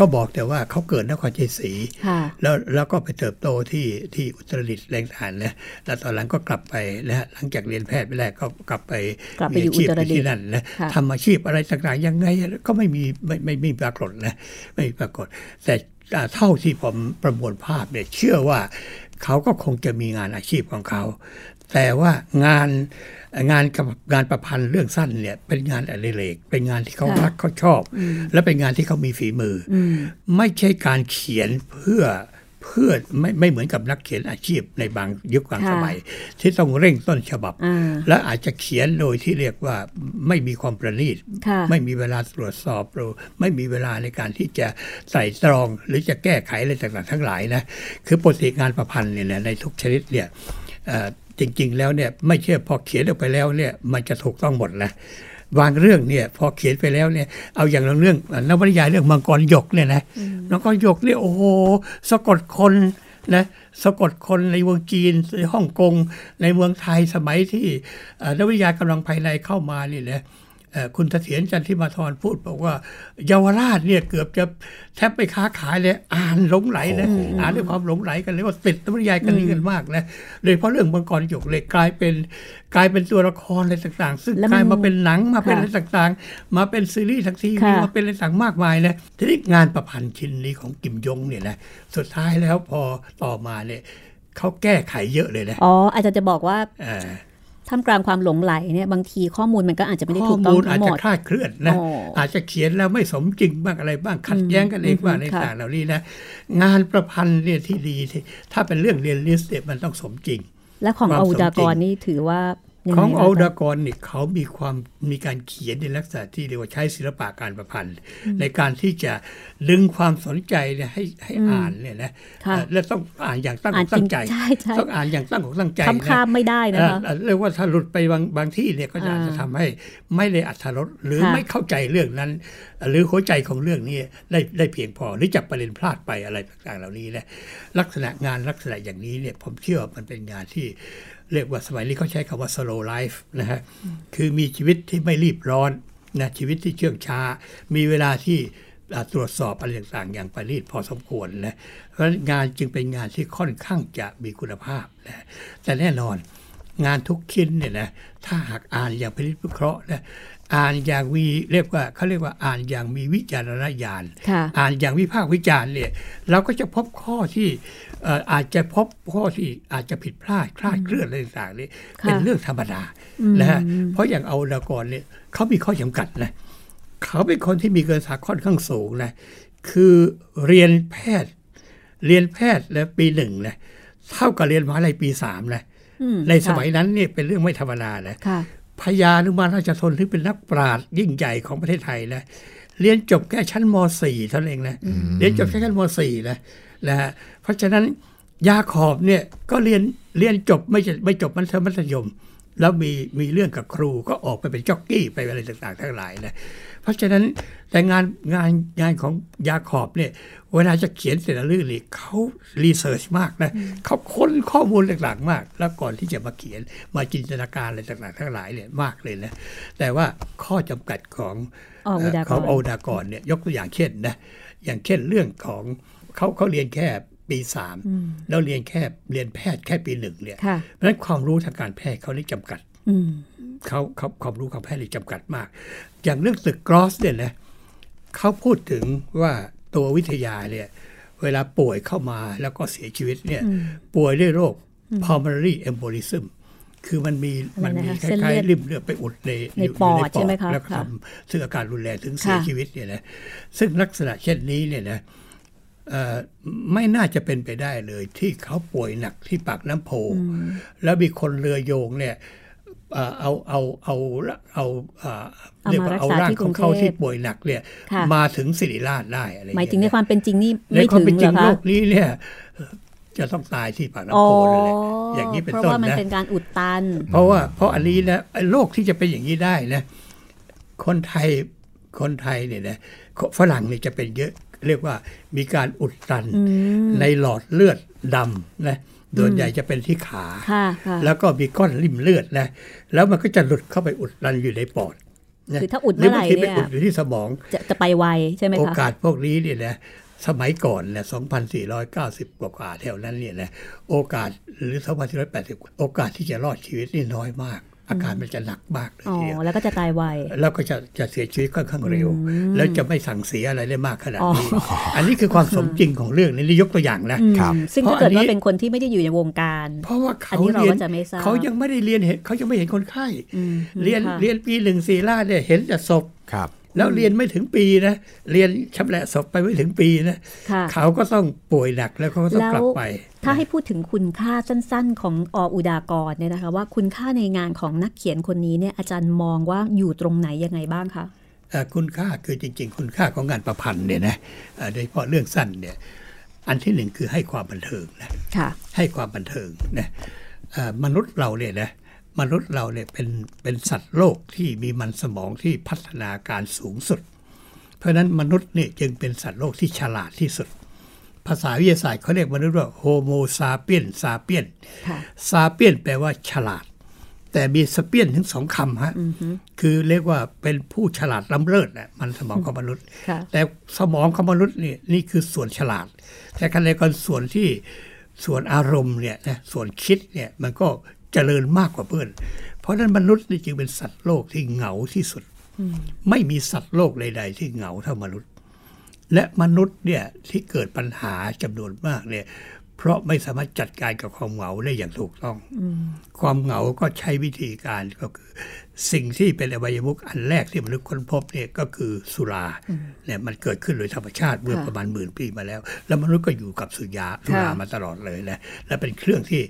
Speaker 3: ก็บอกแต่ว่าเขาเกิดนครชัยศรี
Speaker 2: ค่ะ
Speaker 3: แล้วแล้วก็ไปเติบโตที่ที่อุตรดิตถ์แรงฐานนะแล้วตอนหลังก็กลับไปนะฮะหลังจากเรียนแพทย์ไปแล้วก็กลับไป
Speaker 2: กลับไป
Speaker 3: มี
Speaker 2: อยู่
Speaker 3: อาชีพ
Speaker 2: อุตรดิตถ์
Speaker 3: ที่นั่นนะ
Speaker 2: ค่ะ
Speaker 3: ทำอาชีพอะไรต่างๆยังไงก็ไม่มีไม่ไม่ไม่ไม่ปรากฏนะไม่ปรากฏ แต่อ่าเท่าที่ผมประมวลภาพเนี่ยเชื่อว่าเขาก็คงจะมีงานอาชีพของเขา แต่ว่างานงานกับงานประพันธ์เรื่องสั้นเนี่ยเป็นงานอดิเรกเป็นงานที่เขา
Speaker 2: ค่ะ
Speaker 3: รักเขาชอบ และเป็นงานที่เขามีฝีมืออ
Speaker 2: อืม
Speaker 3: ไม่ใช่การเขียนเพื่อเพื่อไม่ไม่เหมือนกับนักเขียนอาชีพในบางยุคบาง
Speaker 2: ค่ะ
Speaker 3: สมัย ที่ต้องเร่งต้นฉบับ
Speaker 2: อ่า
Speaker 3: และอาจจะเขียนโดยที่เรียกว่าไม่มีความประณีต
Speaker 2: ค่ะ
Speaker 3: ไม่มีเวลาตรวจสอบหรือไม่มีเวลาในการที่จะใส่ตรองหรือจะแก้ไขอะไรต่างๆทั้งหลายนะคือปกติงานประพันธ์เนี่ยนะในทุกชนิดเนี่ยเอ่อจริงๆแล้วเนี่ยไม่เชื่อพอเขียนออกไปแล้วเนี่ยมันจะถูกต้องหมดนะบางเรื่องเนี่ยพอเขียนไปแล้วเนี่ยเอาอย่างเรื่องเอ่อนวนิยายเรื่องมังกรหยกเนี่ยนะมังกรหยกเนี่ยโอ้โหสะกดคนนะสะกดคนในเมืองจีนในฮ่องกงในเมืองไทยสมัยที่เอ่อนวนิยายกำลังภายในเข้ามานี่นะ เอ่อคุณเสถียรจันทิมาธรพูดบอกว่าเยาวราชเนี่ยเกือบจะแทบไปค้าขายเลยอ่านหลงไหลนะอ่านด้วยความหลงไหลกันเลยว่าติดตำรยายกันนี้กันมากนะโดยเฉพราะเรื่องมังกรหยกเลยกลายเป็นกลายเป็นตัวละครอะไรต่างๆ ซึ่ง
Speaker 2: แล้วมัน
Speaker 3: กลายมาเป็นหนังมาเป็น
Speaker 2: ค่ะ
Speaker 3: อะไรต่างๆ มาเป็นซีรีส์ทางทีวี
Speaker 2: ค่ะ
Speaker 3: มาเป็นอะไรต่างมากมายนะทีนี้งานประพันธ์ชิ้นนี้ของกิมยงเนี่ยนะสุดท้ายแล้วพอต่อมาเนี่ยเขาแก้ไขเยอะเลยนะ
Speaker 2: อ๋ออาจจะจะบอกว่า
Speaker 3: อ่า
Speaker 2: ท่ามกลางความหลงไหลเนี่ยบางทีข้อมูลมันก็อาจจะไม่ได้ถูกต้อง
Speaker 3: ข้อมูล
Speaker 2: ทั้
Speaker 3: อาจ
Speaker 2: งหมด
Speaker 3: จะคลาดเคลื่อนนะ
Speaker 2: โอ้
Speaker 3: อาจจะเขียนแล้วไม่สมจริงบ้างอะไรบ้างขัดแย้งกันเองบ้าง
Speaker 2: อืม
Speaker 3: ใน
Speaker 2: ค่ะ
Speaker 3: ต่างเหล่านี้นะงานประพันธ์เนี่ยที่ดีที่ถ้าเป็นเรื่องเรียนลิสต์เนี่ยมันต้องสมจริง
Speaker 2: และของ
Speaker 3: ความ
Speaker 2: อ
Speaker 3: สมจริง
Speaker 2: อุดากรนี่ถือว่ายัง
Speaker 3: ของ
Speaker 2: ไง
Speaker 3: เอา
Speaker 2: บ้างคะ
Speaker 3: ดากรเนี่ยเขามีความมีการเขียนในลักษณะที่เรียกว่าใช้ศิลปะการประพันธ์ ในการที่จะดึงความสนใจเนี่ยให้ให้อ่านเนี่ยนะ
Speaker 2: ค่ะ
Speaker 3: เอ่อและต้องอ่านอย่างตั้งอ
Speaker 2: อ่าน
Speaker 3: ก
Speaker 2: จริ
Speaker 3: ตั้
Speaker 2: ง
Speaker 3: งใจ
Speaker 2: ใช่ใช่
Speaker 3: ต้องอ่านอย่างตั้งอกตั้งใจ
Speaker 2: คำ
Speaker 3: นะ
Speaker 2: ข้ามไม่ได้นะคะ
Speaker 3: เอ่อเรียกว่าถ้าหลุดไปบางบางที่เนี่ยก็จะ
Speaker 2: อ่า
Speaker 3: อาจจะทำให้ไม่ได้อัธรสหรือ
Speaker 2: ค่ะ
Speaker 3: ไม่เข้าใจเรื่องนั้น หรือหัวใจของเรื่องนี้ได้ได้เพียงพอหรือจับประเด็นพลาดไปอะไรต่างๆเหล่านี้นะลักษณะงานลักษณะอย่างนี้เนี่ยผมเชื่อว่ามันเป็นงานที่เรียกว่าสมัยนี้เขาใช้คำว่า slow life นะฮะคือมีชีวิตที่ไม่รีบร้อนนะชีวิตที่เชื่องช้า มีเวลาที่อ่าตรวจสอบอะไรต่างๆ อย่างประณีตพอสมควรนะเพราะฉะนั้นงานจึงเป็นงานที่ค่อนข้างจะมีคุณภาพนะแต่แน่นอน งานทุกชิ้นเนี่ยนะถ้าหากอ่านอย่างพินิจพิเคราะห์นะอ่านอย่างมีเรียกว่าเขาเรียกว่าอ่านอย่างมีวิจารณญาณ
Speaker 2: ค่ะ
Speaker 3: อ่านอย่างวิพากษ์วิจารณ์เนี่ยเราก็จะพบข้อที่เอ่ออาจจะพบข้อที่อาจจะผิดพลาดคลาดเคลื่อนอะไรต่างๆเนี่ยเป็น
Speaker 2: ค่ะ
Speaker 3: เรื่องธรรมดานะฮะเพราะอย่างเอาละกรเนี่ยเขามีข้อจำกัดนะเขาเป็นคนที่มีเกินสาค่อนข้างสูงนะคือเรียนแพทย์ เรียนแพทย์และปีหนึ่งนะเท่ากับเรียนมหาลัยปีสามนะ
Speaker 2: อืม
Speaker 3: ในส
Speaker 2: ค่ะ
Speaker 3: มัยนั้นเนี่ยเป็นเรื่องไม่ธรรมดานะ
Speaker 2: ค่ะ
Speaker 3: พญานุมานราชทนที่เป็นนักปราชญ์ยิ่งใหญ่ของประเทศไทยนะเรียนจบแค่ชั้นม .4 เท่านั้นเองนะเรียนจบแค่ชั้นม .4 นะนะฮะเพราะฉะนั้นยาขอบเนี่ยก็เรียนเรียนจบไม่ใช่ไม่จบมัธยมมัธยม แล้วมีมีเรื่องกับครูก็ออกไปเป็นจ็อกกี้ไปอะไรต่างๆทั้งหลายนะเพราะฉะนั้นแต่งานงานงานของยาขอบเนี่ยเวลาจะเขียนแต่ละเรื่องนี่เขารีเสิร์ชมากนะเขาค้นข้อมูลต่างๆมาก แล้วก่อนที่จะมาเขียนมาจินตนาการอะไรต่างๆทั้งหลายเนี่ยมากเลยนะแต่ว่าข้อจำกัดของ
Speaker 2: ออกอุดากร
Speaker 3: ของอุดากรเนี่ยยกตัวอย่างเช่นนะอย่างเช่นเรื่องของเขาเขาเรียนแค่ปีสามแล้วเรียนแค่เรียนแพทย์แค่ปีหนึ่งเนี่ย
Speaker 2: ค่ะ
Speaker 3: เพราะฉะนั้นความรู้ทางการแพทย์เขานี่จำกัด
Speaker 2: อืม
Speaker 3: เขาเขาความรู้ความแพทย์นี่จำกัดมาก อย่างเรื่องตึกกรอสเนี่ยนะเขาพูดถึงว่าตัววิทยาเนี่ยเวลาป่วยเข้ามาแล้วก็เสียชีวิตเนี่ยป่วยด้วยโรค pulmonary embolism คือมันมี
Speaker 2: อะไรนะคะ
Speaker 3: มันมีค
Speaker 2: เส้น
Speaker 3: ล้า
Speaker 2: เลือด
Speaker 3: ยๆริมเลือดไปอุดใน
Speaker 2: ใน
Speaker 3: ยู่ยู่
Speaker 2: ปอดใช่ไหมคะ
Speaker 3: แล้วก็ท
Speaker 2: ค่ะ
Speaker 3: ำซึ่งอาการรุนแรงถึงเสีย
Speaker 2: ค่ะ
Speaker 3: ชีวิตเนี่ยนะซึ่งลักษณะเช่นนี้เนี่ยนะเอ่อไม่น่าจะเป็นไปได้เลยที่เขาป่วยหนักที่ปากน้ำโพ แล้วมีคนเรือโยงเนี่ย เอ่อเอาเอาเอาเอาเอ่อ
Speaker 2: เอามา
Speaker 3: เรียกว่าเอาร่างของเขา
Speaker 2: รักษาที่กรุง
Speaker 3: ที่
Speaker 2: เทพ
Speaker 3: ป่วยหนักเนี่ย
Speaker 2: ค่ะ
Speaker 3: มาถึงสิริราชได้อะไรอ
Speaker 2: ห
Speaker 3: เ
Speaker 2: มายถึงในความเป็นจริงนี่
Speaker 3: ใน
Speaker 2: ไม่
Speaker 3: ความ
Speaker 2: ถึง
Speaker 3: เป็นจ
Speaker 2: เหร
Speaker 3: ริ
Speaker 2: อง
Speaker 3: โล
Speaker 2: คะ
Speaker 3: กนี้เนี่ยจะต้องตายที่ปาก
Speaker 2: อ๋
Speaker 3: น้ำ
Speaker 2: อ
Speaker 3: โพนั่นแหละอย่างนี้เป็น
Speaker 2: เพราะ
Speaker 3: ต้น
Speaker 2: ว่ามัน
Speaker 3: นะ
Speaker 2: เป็นการอุดตัน
Speaker 3: เพราะว่าเพราะอันนี้นะไอ้โรคที่จะเป็นอย่างนี้ได้นะ คนไทยคนไทยเนี่ยนะฝรั่งเนี่ยจะเป็นเยอะ เรียกว่ามีการอุดตันในหลอดเลือดดำนะโดยใหญ่จะเป็นที่ขา
Speaker 2: ค่ะค่ะ
Speaker 3: แล้วก็มีก้อนริ่มเลือดนะแล้วมันก็จะหลุดเข้าไปอุดตันอยู่ในปอดนะ
Speaker 2: คือถ้าอุด
Speaker 3: หรื
Speaker 2: เมื่อไห
Speaker 3: บาง
Speaker 2: ร่
Speaker 3: ทีไป
Speaker 2: เนี่ย
Speaker 3: อุดอยู่ที่สมอง
Speaker 2: จะจะไปไวใช่ไหม
Speaker 3: โอ
Speaker 2: คะ
Speaker 3: กาสพวกนี้เนี่ยนะสมัยก่อนเนี่ย2,490 กว่ากว่าๆแถวนั้นเนี่ยนะโอกาสหรือ 2,480 โอกาสที่จะรอดชีวิตนี่น้อยมาก อาการมันจะหนักมากเลย
Speaker 2: อ๋อ
Speaker 3: ทีเดียว
Speaker 2: แล้วก็จะตายไว
Speaker 3: แล้วก็จะจะเสียชีวิตค่อนข้างเร็ว แล้วจะไม่สั่งเสียอะไรได้มากขนาดนี้
Speaker 2: อ๋อ
Speaker 3: อันนี้คือความสมจริงของเรื่องนี้นี่ยกตัวอย่างนะ
Speaker 2: อืม
Speaker 1: ครับ
Speaker 2: ซึ่ง
Speaker 3: เพ
Speaker 2: ถ้า
Speaker 3: ราะ
Speaker 2: เกิด
Speaker 3: อันนี้
Speaker 2: ว่าเป็นคนที่ไม่ได้อยู่ในวงการ
Speaker 3: เพราะว่าเขา
Speaker 2: อันนี้เรา
Speaker 3: เรียน
Speaker 2: ก็จะไม่ทราบ
Speaker 3: เขายังไม่ได้เรียนเห็นเขายังไม่เห็นคนไข้
Speaker 2: อืม
Speaker 3: เรียน
Speaker 2: ค่ะ
Speaker 3: เรียนปีหนึ่งสี่ล่าเนี่ยเห็นแต่ศพ
Speaker 1: ครับ
Speaker 3: แล้วเรียนไม่ถึงปีนะเรียนชำแหละศพไปไม่ถึงปีนะ
Speaker 2: ค่ะ
Speaker 3: เขาก็ต้องป่วยหนักแล้วเขาก็ต้องกลับไป
Speaker 2: ถ้าให้พูดถึงคุณค่าสั้น ๆ ของออุดากรเนี่ยนะคะว่าคุณค่าในงานของนักเขียนคนนี้เนี่ยอาจารย์มองว่าอยู่ตรงไหนยังไงบ้างคะ
Speaker 3: เอ่อคุณค่าคือจริง ๆ คุณค่าของงานประพันธ์เนี่ยนะเอ่อโดยเฉพาะเรื่องสั้นเนี่ยอันที่หนึ่งคือให้ความบันเทิงนะ
Speaker 2: ค่ะ
Speaker 3: ให้ความบันเทิงนะเอ่อมนุษย์เราเนี่ยนะมนุษย์เราเนี่ยเป็นเป็นสัตว์โลกที่มีมันสมองที่พัฒนาการสูงสุด เพราะฉะนั้นมนุษย์เนี่ยจึงเป็นสัตว์โลกที่ฉลาดที่สุด ภาษาวิทยาศาสตร์เขาเรียกมนุษย์ว่าโฮโมซาเปียนซาเปียน
Speaker 2: ค่ะ
Speaker 3: ซาเปียนแปลว่าฉลาด แต่มีสเปียนถึงสองคำฮะคือเรียกว่าเป็นผู้ฉลาดล้ำเลิศนะมันสมองของมนุษย์
Speaker 2: ค่ะ
Speaker 3: แต่สมองของมนุษย์นี่นี่คือส่วนฉลาด แต่ขณะเดียวกันส่วนที่ส่วนอารมณ์เนี่ยนะส่วนคิดเนี่ยมันก็เจริญมากกว่าเพื่อน เพราะฉะนั้นมนุษย์นี่จึงเป็นสัตว์โลกที่เหงาที่สุด ไม่มีสัตว์โลกใดๆ ที่เหงาเท่ามนุษย์ และมนุษย์เนี่ยที่เกิดปัญหาจำนวนมากเนี่ยเพราะไม่สามารถจัดการกับความเหงาได้อย่างถูกต้อง ความเหงาก็ใช้วิธีการก็คือ สิ่งที่เป็นอวัยวุกอันแรกที่มนุษย์ค้นพบเนี่ยก็คือสุราเนี่ยมันเกิดขึ้นโดยธรรมชาติเมื่อ
Speaker 2: ค่ะ
Speaker 3: ประมาณหมื่นปีมาแล้ว แล้วมนุษย์ก็อยู่กับสุยาสุรา
Speaker 2: ค่ะ
Speaker 3: มาตลอดเลยนะและเป็นเครื่องที่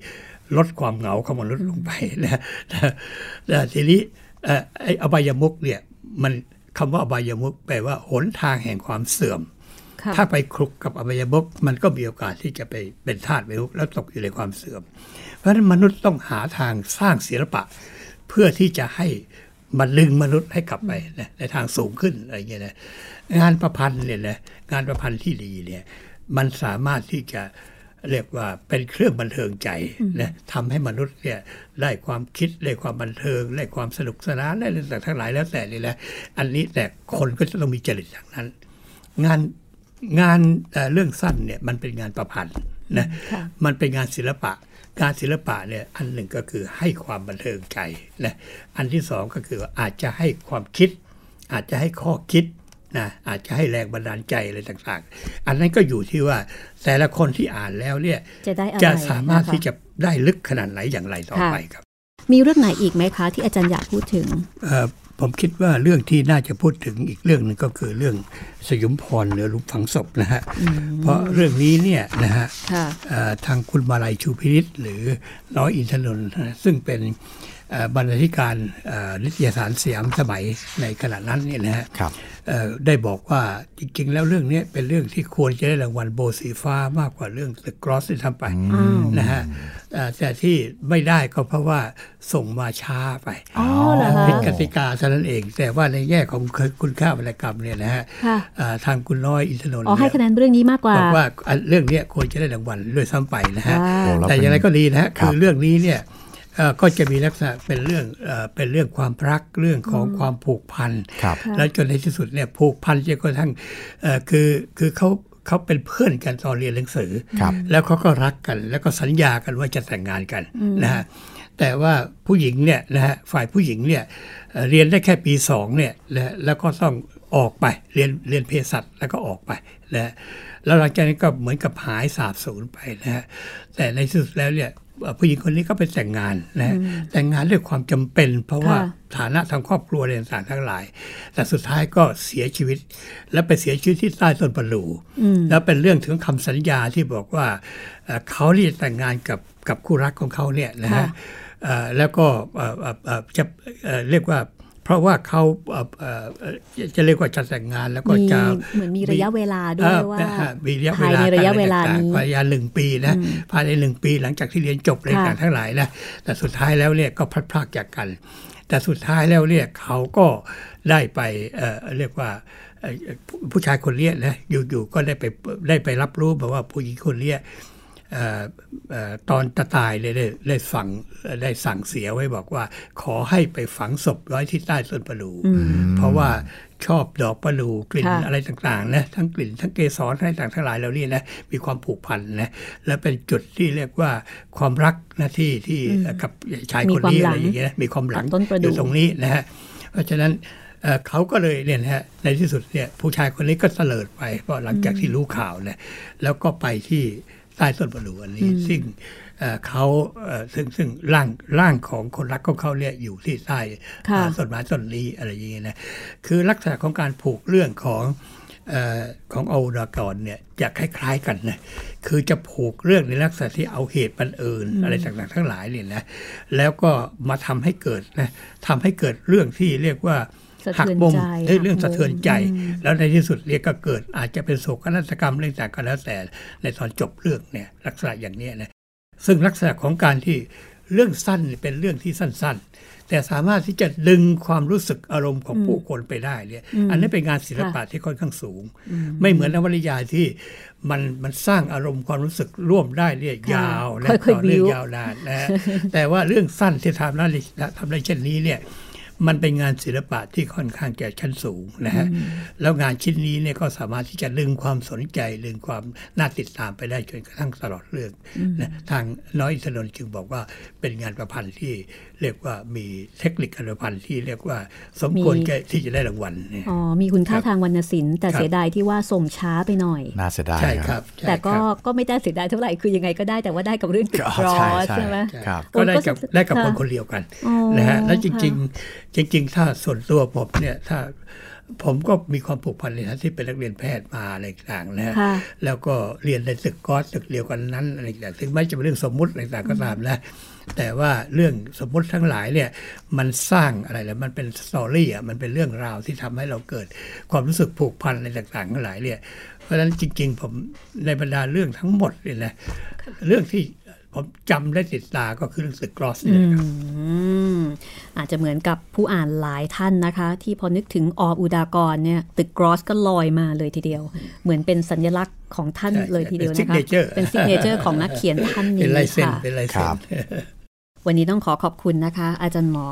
Speaker 3: ลดความเหงาของมนุษย์ลงไปนะ นะนะทีนี้เอ่อไอ้อบายมุกเนี่ยมันคำว่าอบายมุกแปลว่าหนทางแห่งความเสื่อม
Speaker 2: ค่ะ
Speaker 3: ถ้าไปคลุกกับอวัยวะมันก็มีโอกาสที่จะไปเป็นธาตุไปลุกแล้วตกอยู่ในความเสื่อม เพราะฉะนั้นมนุษย์ต้องหาทางสร้างศิลปะ เพื่อที่จะให้มันลึงมนุษย์ให้กลับไปนะในทางสูงขึ้นอะไรอย่างเงี้ยนะงานประพันธ์เนี่ยนะงานประพันธ์ที่ดีเนี่ยมันสามารถที่จะเรียกว่าเป็นเครื่องบันเทิงใจนะทำให้มนุษย์เนี่ยได้ความคิดได้ความบันเทิงได้ความสนุกสนานได้อะไรต่างๆทั้งหลายแล้วแต่นี่แหละอันนี้แต่คนก็จะต้องมีจริตอย่างนั้น งานงานเอ่อเรื่องสั้นเนี่ยมันเป็นงานประพันธ์นะ
Speaker 2: ค่ะ
Speaker 3: มันเป็นงานศิลปะ การศิลปะเนี่ยอันหนึ่งก็คือให้ความบันเทิงใจนะอันที่สองก็คืออาจจะให้ความคิด อาจจะให้ข้อคิดนะอาจจะให้แรงบันดาลใจอะไรต่างๆ อันนั้นก็อยู่ที่ว่าแต่ละคนที่อ่านแล้วเนี่ย
Speaker 2: จะได้อะไร
Speaker 3: จะสามารถ
Speaker 2: นะคะ
Speaker 3: ที่จะได้ลึกขนาดไหนอย่างไรต่อไปครับ
Speaker 2: มีเรื่องไหนอีกไหมคะ ที่อาจารย์อยากพูดถึง
Speaker 3: เอ่อผมคิดว่าเรื่องที่น่าจะพูดถึงอีกเรื่องหนึงก็คือเรื่องสยุมพรหรือหลุมฝังศพนะฮะเพราะเรื่องนี้เนี่ยนะฮะ
Speaker 2: ค่ะ
Speaker 3: เอ่อทางคุณมาลัยชูพินิษหรือน้อยอินทนนท์นะฮะซึ่งเป็นเอ่อบรรณาธิการเอ่อนิตยสารสยามสมัยในขณะนั้นเนี่ยนะฮะ
Speaker 1: ครับ
Speaker 3: เอ่อได้บอกว่าจริง ๆ แล้วเรื่องเนี้ยเป็นเรื่องที่ควรจะได้รางวัลโบสีฟ้ามากกว่าเรื่อง The Cross ที่ทำไปนะฮะเอ่อแต่ที่ไม่ได้ก็เพราะว่าส่งมาช้าไป
Speaker 2: อ๋อเหรอคะ
Speaker 3: ผิดกติกาเท่านั้นเอง แต่ว่าในแง่ของคุณค่าวรรณกรรมเนี่ยนะฮะ
Speaker 2: ค่ะ
Speaker 3: อ่าทางคุณน้อยอินทนนท์
Speaker 2: อ๋อ ให้คะแนนเรื่องนี้มากกว่า
Speaker 3: บอกว่าอันเรื่องเนี้ยควรจะได้รางวัลด้วยซ้ำไปนะฮะ
Speaker 2: อ่า
Speaker 1: โอ้เรา
Speaker 3: แต่
Speaker 1: เป็น
Speaker 3: อย่างไรก็ดีนะฮะ
Speaker 1: ครับ
Speaker 3: คือเรื่องนี้เนี่ยเอ่อก็จะมีลักษณะเป็นเรื่องเอ่อเป็นเรื่องความรักเรื่องของความผูกพัน
Speaker 1: ครับ
Speaker 3: แล้วจนในที่สุดเนี่ยผูกพันจนกระทั่งเอ่อคือคือเขาเขาเป็นเพื่อนกันตอนเรียนหนังสือ
Speaker 1: ครับ
Speaker 3: แล้วเขาก็รักกัน แล้วก็สัญญากันว่าจะแต่งงานกันนะฮะแต่ว่าผู้หญิงเนี่ยนะฮะฝ่ายผู้หญิงเนี่ยเอ่อเรียนได้แค่ปีสองเนี่ยและแล้วก็ต้องออกไปเรียนเรียนเภสัชแล้วก็ออกไปนะฮะแล้วหลังจากนั้นก็เหมือนกับหายสาบสูญไปนะฮะแต่ในที่สุดแล้วเนี่ยเอ่อผู้หญิงคนนี้ก็ไปแต่งงานนะฮะแต่งงานด้วยความจำเป็น เพราะว่า
Speaker 2: ค่ะ
Speaker 3: ฐานะทางครอบครัวอะไรต่างๆทั้งหลาย แต่สุดท้ายก็เสียชีวิต และไปเสียชีวิตที่ใต้ต้นปลูแล้วเป็นเรื่องถึงคำสัญญาที่บอกว่าเอ่อเขาที่จะแต่งงานกับกับคู่รักของเขาเนี่ยนะฮะ
Speaker 2: ค่ะ
Speaker 3: เอ่อแล้วก็เอ่อเอ่อเอ่อจะเอ่อเรียกว่า เพราะว่าเขาเอ่อเอ่อเอ่อจะเรียกว่าจะแต่งงานแล้วก็
Speaker 2: มี
Speaker 3: จะ
Speaker 2: เหมือนมีระยะเวลาด้วยว่า
Speaker 3: เออนะฮะมีระยะเว
Speaker 2: ภาย
Speaker 3: ลา
Speaker 2: ในระยะเวลา
Speaker 3: ต่ง
Speaker 2: นี้
Speaker 3: ๆภายในหนึ่งปีนะภายในหนึ่งปีหลังจากที่เรียนจบอะไร
Speaker 2: ค่ะ
Speaker 3: ต่างๆทั้งหลายนะแต่สุดท้ายแล้วเนี่ยก็พลัดพรากจากกัน แต่สุดท้ายแล้วเนี่ยเขาก็ได้ไปเอ่อเรียกว่า อ่อผู้ชายคนเนี้ยนะอยู่ๆก็ได้ไปได้ไปรับรู้แบบว่าผู้หญิงคนเนี้ยเอ่อเอ่อตอนจะตายเลยได้ได้สั่งได้สั่งเสียไว้บอกว่า ขอให้ไปฝังศพไว้ที่ใต้ต้นประดู่เพราะว่าชอบดอกประดู่กลิ่น
Speaker 2: ค่ะ
Speaker 3: อะไรต่างๆนะทั้งกลิ่นทั้งเกสรอะไรต่างๆทั้งหลายเหล่านี้นะมีความผูกพันนะและเป็นจุดที่เรียกว่าความรักนะที่ที่กับชายคนนี้อะไรอย่างเงี้ยนะมีความหลัง
Speaker 2: กับต้นประดู่
Speaker 3: อยู่ตรงนี้นะฮะ เพราะฉะนั้นเอ่อเขาก็เลยเนี่ยนะฮะในที่สุดเนี่ยผู้ชายคนนี้ก็เสลิดไปเพราะหลังจากที่รู้ข่าวเนี่ยแล้วก็ไปที่ใต้ต้นประดู่อันนี้ซึ่งเอ่อเขาเอ่อซึ่งซึ่งร่างร่างของคนรักของเขาเนี่ยอยู่ที่ใต้
Speaker 2: ค่ะ
Speaker 3: อ่าต้นไม้ต้นนี้อะไรอย่างเงี้ยนะคือลักษณะของการผูกเรื่องของเอ่อของโอรากรเนี่ยจะคล้ายๆกันนะคือจะผูกเรื่องในลักษณะที่เอาเหตุบังเอิญอะไรต่างๆทั้งหลายเนี่ยนะ แล้วก็มาทำให้เกิดนะทำให้เกิดเรื่องที่เรียกว่า
Speaker 2: สะเทือน
Speaker 3: หัมุม
Speaker 2: ใจ
Speaker 3: เอ้ย
Speaker 2: หัก
Speaker 3: เรื่องสะเทือนใจ
Speaker 2: มุม
Speaker 3: แล้วในที่สุดเรียกก็เกิดอาจจะเป็นโศกนาฏกรรมเรื่องต่างก็แล้วแต่ในตอนจบเรื่องเนี่ยลักษณะอย่างเนี้ยนะซึ่งลักษณะของการที่เรื่องสั้นเป็นเรื่องที่สั้น ๆ แต่สามารถที่จะดึงความรู้สึกอารมณ์ของผู้คนไปได้เนี่ยอันนี้เป็นงานศิลปะที่ค่อนข้างสูง ไม่เหมือนนวนิยายที่มันมันสร้างอารมณ์ความรู้สึกร่วมได้เนี่ย
Speaker 2: ค่ะ
Speaker 3: ยาวและ
Speaker 2: ค่อยๆ
Speaker 3: ต่อเนื่อง
Speaker 2: บิ้ว
Speaker 3: ยาว ยาวนานนะฮ ะ แต่ว่าเรื่องสั้นที่ทำได้ทำได้เช่นนี้เนี่ยมันเป็นงานศิลปะที่ค่อนข้างจะชั้นสูงนะฮะแล้วงานชิ้นนี้เนี่ยก็สามารถที่จะดึงความสนใจดึงความน่าติดตามไปได้จนกระทั่งตลอดเรื่องนะทางน้อยอินทนนท์จึงบอกว่าเป็นงานประพันธ์ที่เรียกว่ามีเทคนิคการประพันธ์ที่เรียกว่าสมควรแก่ที่จะได้รางวัลเนี่ย
Speaker 2: อ๋อมีคุณค่า
Speaker 3: ครับ
Speaker 2: ทางวรรณศิลป์แต่
Speaker 3: ครับ
Speaker 2: เสียดายที่ว่าส่งช้าไปหน่อย
Speaker 1: น่าเสียดาย
Speaker 3: ใช่
Speaker 1: ค
Speaker 3: ค
Speaker 1: รั
Speaker 3: รับ บใช่
Speaker 2: แต่ก็
Speaker 3: ครับ
Speaker 2: ก็ไม่ได้เสียดายเท่าไหร่คือยังไงก็ได้แต่ว่าได้กับเรื่องติด
Speaker 1: ก็
Speaker 2: รอ
Speaker 1: ใช่ใช่
Speaker 2: ใช่ไหม
Speaker 1: ครับ
Speaker 3: ก็ได้กับ
Speaker 2: โอ้ก็
Speaker 3: ได้กับคน
Speaker 2: ค่ะ
Speaker 3: คนเดียวกัน
Speaker 2: อ๋อ
Speaker 3: นะฮะและจริง
Speaker 2: ค่
Speaker 3: ๆ จริง ๆ ถ้าส่วนตัวผมเนี่ยถ้าผมก็มีความผูกพันเลยนะที่เป็นนักเรียนแพทย์มาอะไรต่างๆนะฮะ
Speaker 2: ค่ะ
Speaker 3: แล้วก็เรียนในตึกกอสตึกเดียวกันนั้นอะไรต่างๆซึ่งไม่จะเป็นเรื่องสมมุติอะไรต่างๆก็ตามนะ แต่ว่าเรื่องสมมุติทั้งหลายเนี่ยมันสร้างอะไรแล้วมันเป็นสตอรี่อ่ะมันเป็นเรื่องราวที่ทำให้เราเกิดความรู้สึกผูกพันอะไรต่างๆทั้งหลายเนี่ยเพราะฉะนั้นจริง ๆ ผมในบรรดาเรื่องทั้งหมดเนี่ยนะเรื่องที่ผมจำได้ติดตาก็คือเรื่องตึกกอสเนี่ยนะครับ
Speaker 2: อืมอาจจะเหมือนกับผู้อ่านหลายท่านนะคะ ที่พอนึกถึงออุดากรเนี่ยตึกกรอสก็ลอยมาเลยทีเดียว เหมือนเป็นสัญลักษณ์ของท่าน
Speaker 3: ใช่
Speaker 2: เลยทีเดียว
Speaker 3: เป็น
Speaker 2: นะคะ
Speaker 3: signature
Speaker 2: เป็นซิกเนเจอร์ของนักเขียนท่านนี้
Speaker 3: เป็นลายเส้น
Speaker 2: ค่ะ
Speaker 3: เป็นลาย
Speaker 1: ค
Speaker 3: เส้
Speaker 1: รั
Speaker 3: น
Speaker 1: บ
Speaker 2: วันนี้ต้องขอขอบคุณนะคะ อาจารย์หมอ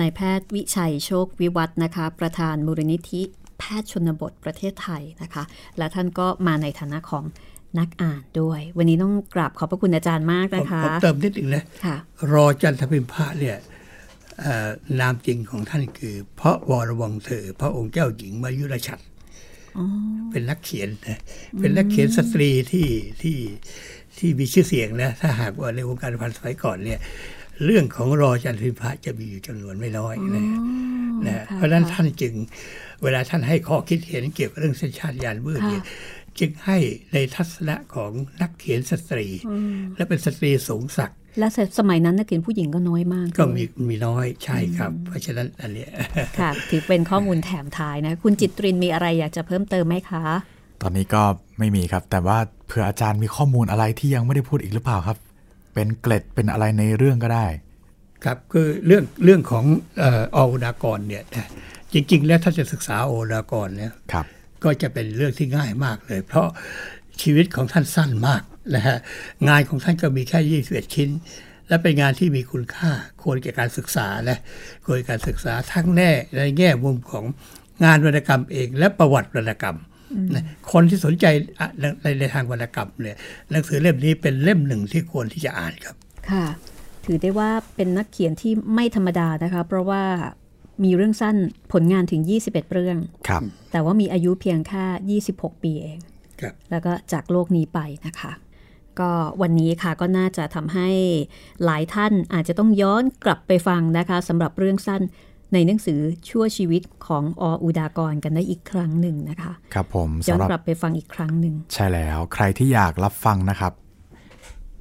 Speaker 2: นายแพทย์วิชัยโชควิวัฒน์นะคะ ประธานมูลนิธิแพทย์ชนบทประเทศไทยนะคะ และท่านก็มาในฐานะของนักอ่านด้วย วันนี้ต้องกราบขอบพระคุณอาจารย์มาก
Speaker 3: ผม
Speaker 2: นะคะ
Speaker 3: ผมเติมนิดหนึ่งนะ
Speaker 2: ค่ะ
Speaker 3: รอจันทพิมพะเนี่ยเอ่อนามจริงของท่านคือ พระวรวงศ์เธอ พระองค์เจ้าหญิงมายุรชัดเป็นนักเขียนนะเป็นนักเขียนสตรีที่ที่ที่มีชื่อเสียงนะ ถ้าหากว่าในวงการพันสมัยก่อนเนี่ย เรื่องของรอจันทพิมพะจะมีอยู่จำนวนไม่น้อยนะนะเพราะฉะนั้นท่านจึงเวลาท่านให้ข้อคิดเห็นเกี่ยวกับเรื่องเส้นชาติยานมืดเนี่ย จึงให้ในทัศนะของนักเขียนสตรี และเป็นสตรีสูงศักดิ์
Speaker 2: และสมัยนั้นนักเขียนผู้หญิงก็น้อยมาก
Speaker 3: ก็มีมีน้อยใช่ครับ เพราะฉะนั้นอันเนี้ย
Speaker 2: ค่ะ ถือเป็นข้อมูลแถมท้ายนะ คุณจิตรินมีอะไรอยากจะเพิ่มเติมไหมคะ
Speaker 1: ตอนนี้ก็ไม่มีครับ แต่ว่าเผื่ออาจารย์มีข้อมูลอะไรที่ยังไม่ได้พูดอีกหรือเปล่าครับ เป็นเกล็ดเป็นอะไรในเรื่องก็ได้
Speaker 3: ครับคือเรื่องเรื่องของเออออดากรเนี่ยนะจริง ๆ แล้วถ้าจะศึกษาออดากรเนี่ย
Speaker 1: ครับ
Speaker 3: ก็จะเป็นเรื่องที่ง่ายมากเลย เพราะชีวิตของท่านสั้นมากนะฮะงานของท่านก็มีแค่21 ชิ้น และเป็นงานที่มีคุณค่าควรแก่การศึกษานะควรแก่การศึกษาทั้งแน่ในแง่มุมของงานวรรณกรรมเอง และประวัติวรรณกรรมนะคนที่สนใจอะในในทางวรรณกรรมเนี่ยหนังสือเล่มนี้เป็นเล่มหนึ่งที่ควรที่จะอ่านครับ
Speaker 2: ค่ะ ถือได้ว่าเป็นนักเขียนที่ไม่ธรรมดานะคะ เพราะว่ามีเรื่องสั้นผลงานถึง 21 เรื่อง
Speaker 1: ครับ
Speaker 2: แต่ว่ามีอายุเพียงแค่ 26 ปีเอง
Speaker 3: ครับ
Speaker 2: แล้วก็จากโลกนี้ไปนะคะ ก็วันนี้ค่ะก็น่าจะทำให้หลายท่านอาจจะต้องย้อนกลับไปฟังนะคะสำหรับเรื่องสั้นในหนังสือชั่วชีวิตของออุดากรกันได้อีกครั้งหนึ่งนะคะ
Speaker 1: ครับผม
Speaker 2: ย้อ
Speaker 1: สำห
Speaker 2: น
Speaker 1: รับ
Speaker 2: กลับไปฟังอีกครั้งหนึ่ง
Speaker 1: ใช่แล้วใครที่อยากรับฟังนะครับ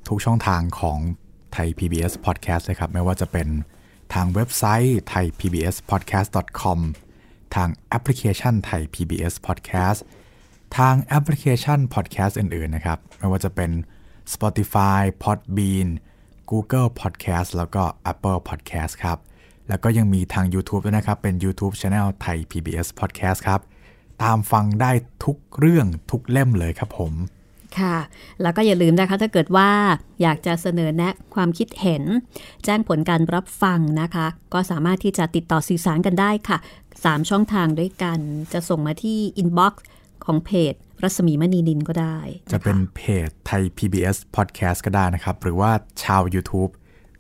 Speaker 1: ทุกช่องทางของไทย PBS Podcast เลยครับ ไม่ว่าจะเป็นทางเว็บไซต์ thaipbspodcast.com ทางแอปพลิเคชันไทย PBS Podcast ทางแอปพลิเคชัน Podcast อื่น ๆ นะครับ ไม่ว่าจะเป็น Spotify Podbean Google Podcast แล้วก็ Apple Podcast ครับ แล้วก็ยังมีทาง YouTube ด้วยนะครับ เป็น YouTube Channel ไทย PBS Podcast ครับ ตามฟังได้ทุกเรื่องทุกเล่มเลยครับผม
Speaker 2: ค่ะ แล้วก็อย่าลืมนะคะ ถ้าเกิดว่าอยากจะเสนอแนะความคิดเห็น แจ้งผลการรับฟังนะคะ ก็สามารถที่จะติดต่อสื่อสารกันได้ค่ะ 3 ช่องทางด้วยกัน จะส่งมาที่อินบ็อกซ์ของเพจ รัศมีมณีนินก็ได้
Speaker 1: จะเป็นเพจไทย PBS Podcast ก็ได้นะครับ หรือว่าชาว YouTube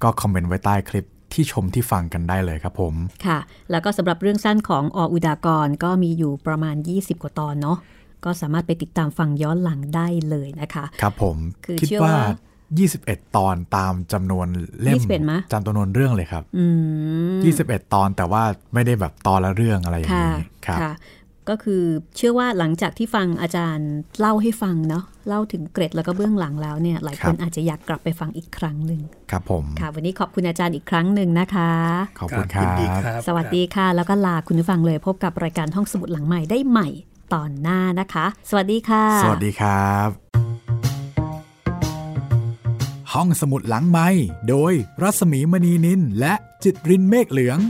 Speaker 1: ก็คอมเมนต์ไว้ใต้คลิปที่ชมที่ฟังกันได้เลยครับผม
Speaker 2: ค่ะ แล้วก็สำหรับเรื่องสั้นของออุดากรก็มีอยู่ประมาณ 20 กว่าตอนเนาะ ก็สามารถไปติดตามฟังย้อนหลังได้เลยนะคะ
Speaker 1: ครับผม
Speaker 2: คือ
Speaker 1: คิด
Speaker 2: เชื่อ
Speaker 1: ว่า
Speaker 2: ว่า
Speaker 1: 21 ตอนตามจำนวนเล่ม
Speaker 2: 21มะ
Speaker 1: จำจำนวนเรื่องเลยครับ
Speaker 2: อืม
Speaker 1: 21 ตอนแต่ว่าไม่ได้แบบตอนละเรื่องอะไรอย่าง
Speaker 2: ค่ะ
Speaker 1: นี้ครับ
Speaker 2: ค่ะ ก็คือเชื่อว่าหลังจากที่ฟังอาจารย์เล่าให้ฟังเนาะเล่าถึงเกร็ดแล้วก็เบื้องหลังแล้วเนี่ยหลาย
Speaker 1: ค
Speaker 2: ครับ นอาจจะอยากกลับไปฟังอีกครั้งหนึ่ง
Speaker 1: ครับผม
Speaker 2: ค่ะ วันนี้ขอบคุณอาจารย์อีกครั้งหนึ่งนะคะ
Speaker 1: ขอบคุณครั
Speaker 3: ยินดี
Speaker 1: บ
Speaker 3: ครับ
Speaker 2: สวัสดีค่ะ แล้วก็ลาคุณผู้ฟังเลยพบกับรายการห้องสมุดหลังใหม่ได้ใหม่ตอนหน้านะคะ สวัสดีค่ะ
Speaker 1: สวัสดีครับ ห้องสมุดหลังไม้โดยรัศมีมณีนินและจิตรินเมฆเหลือง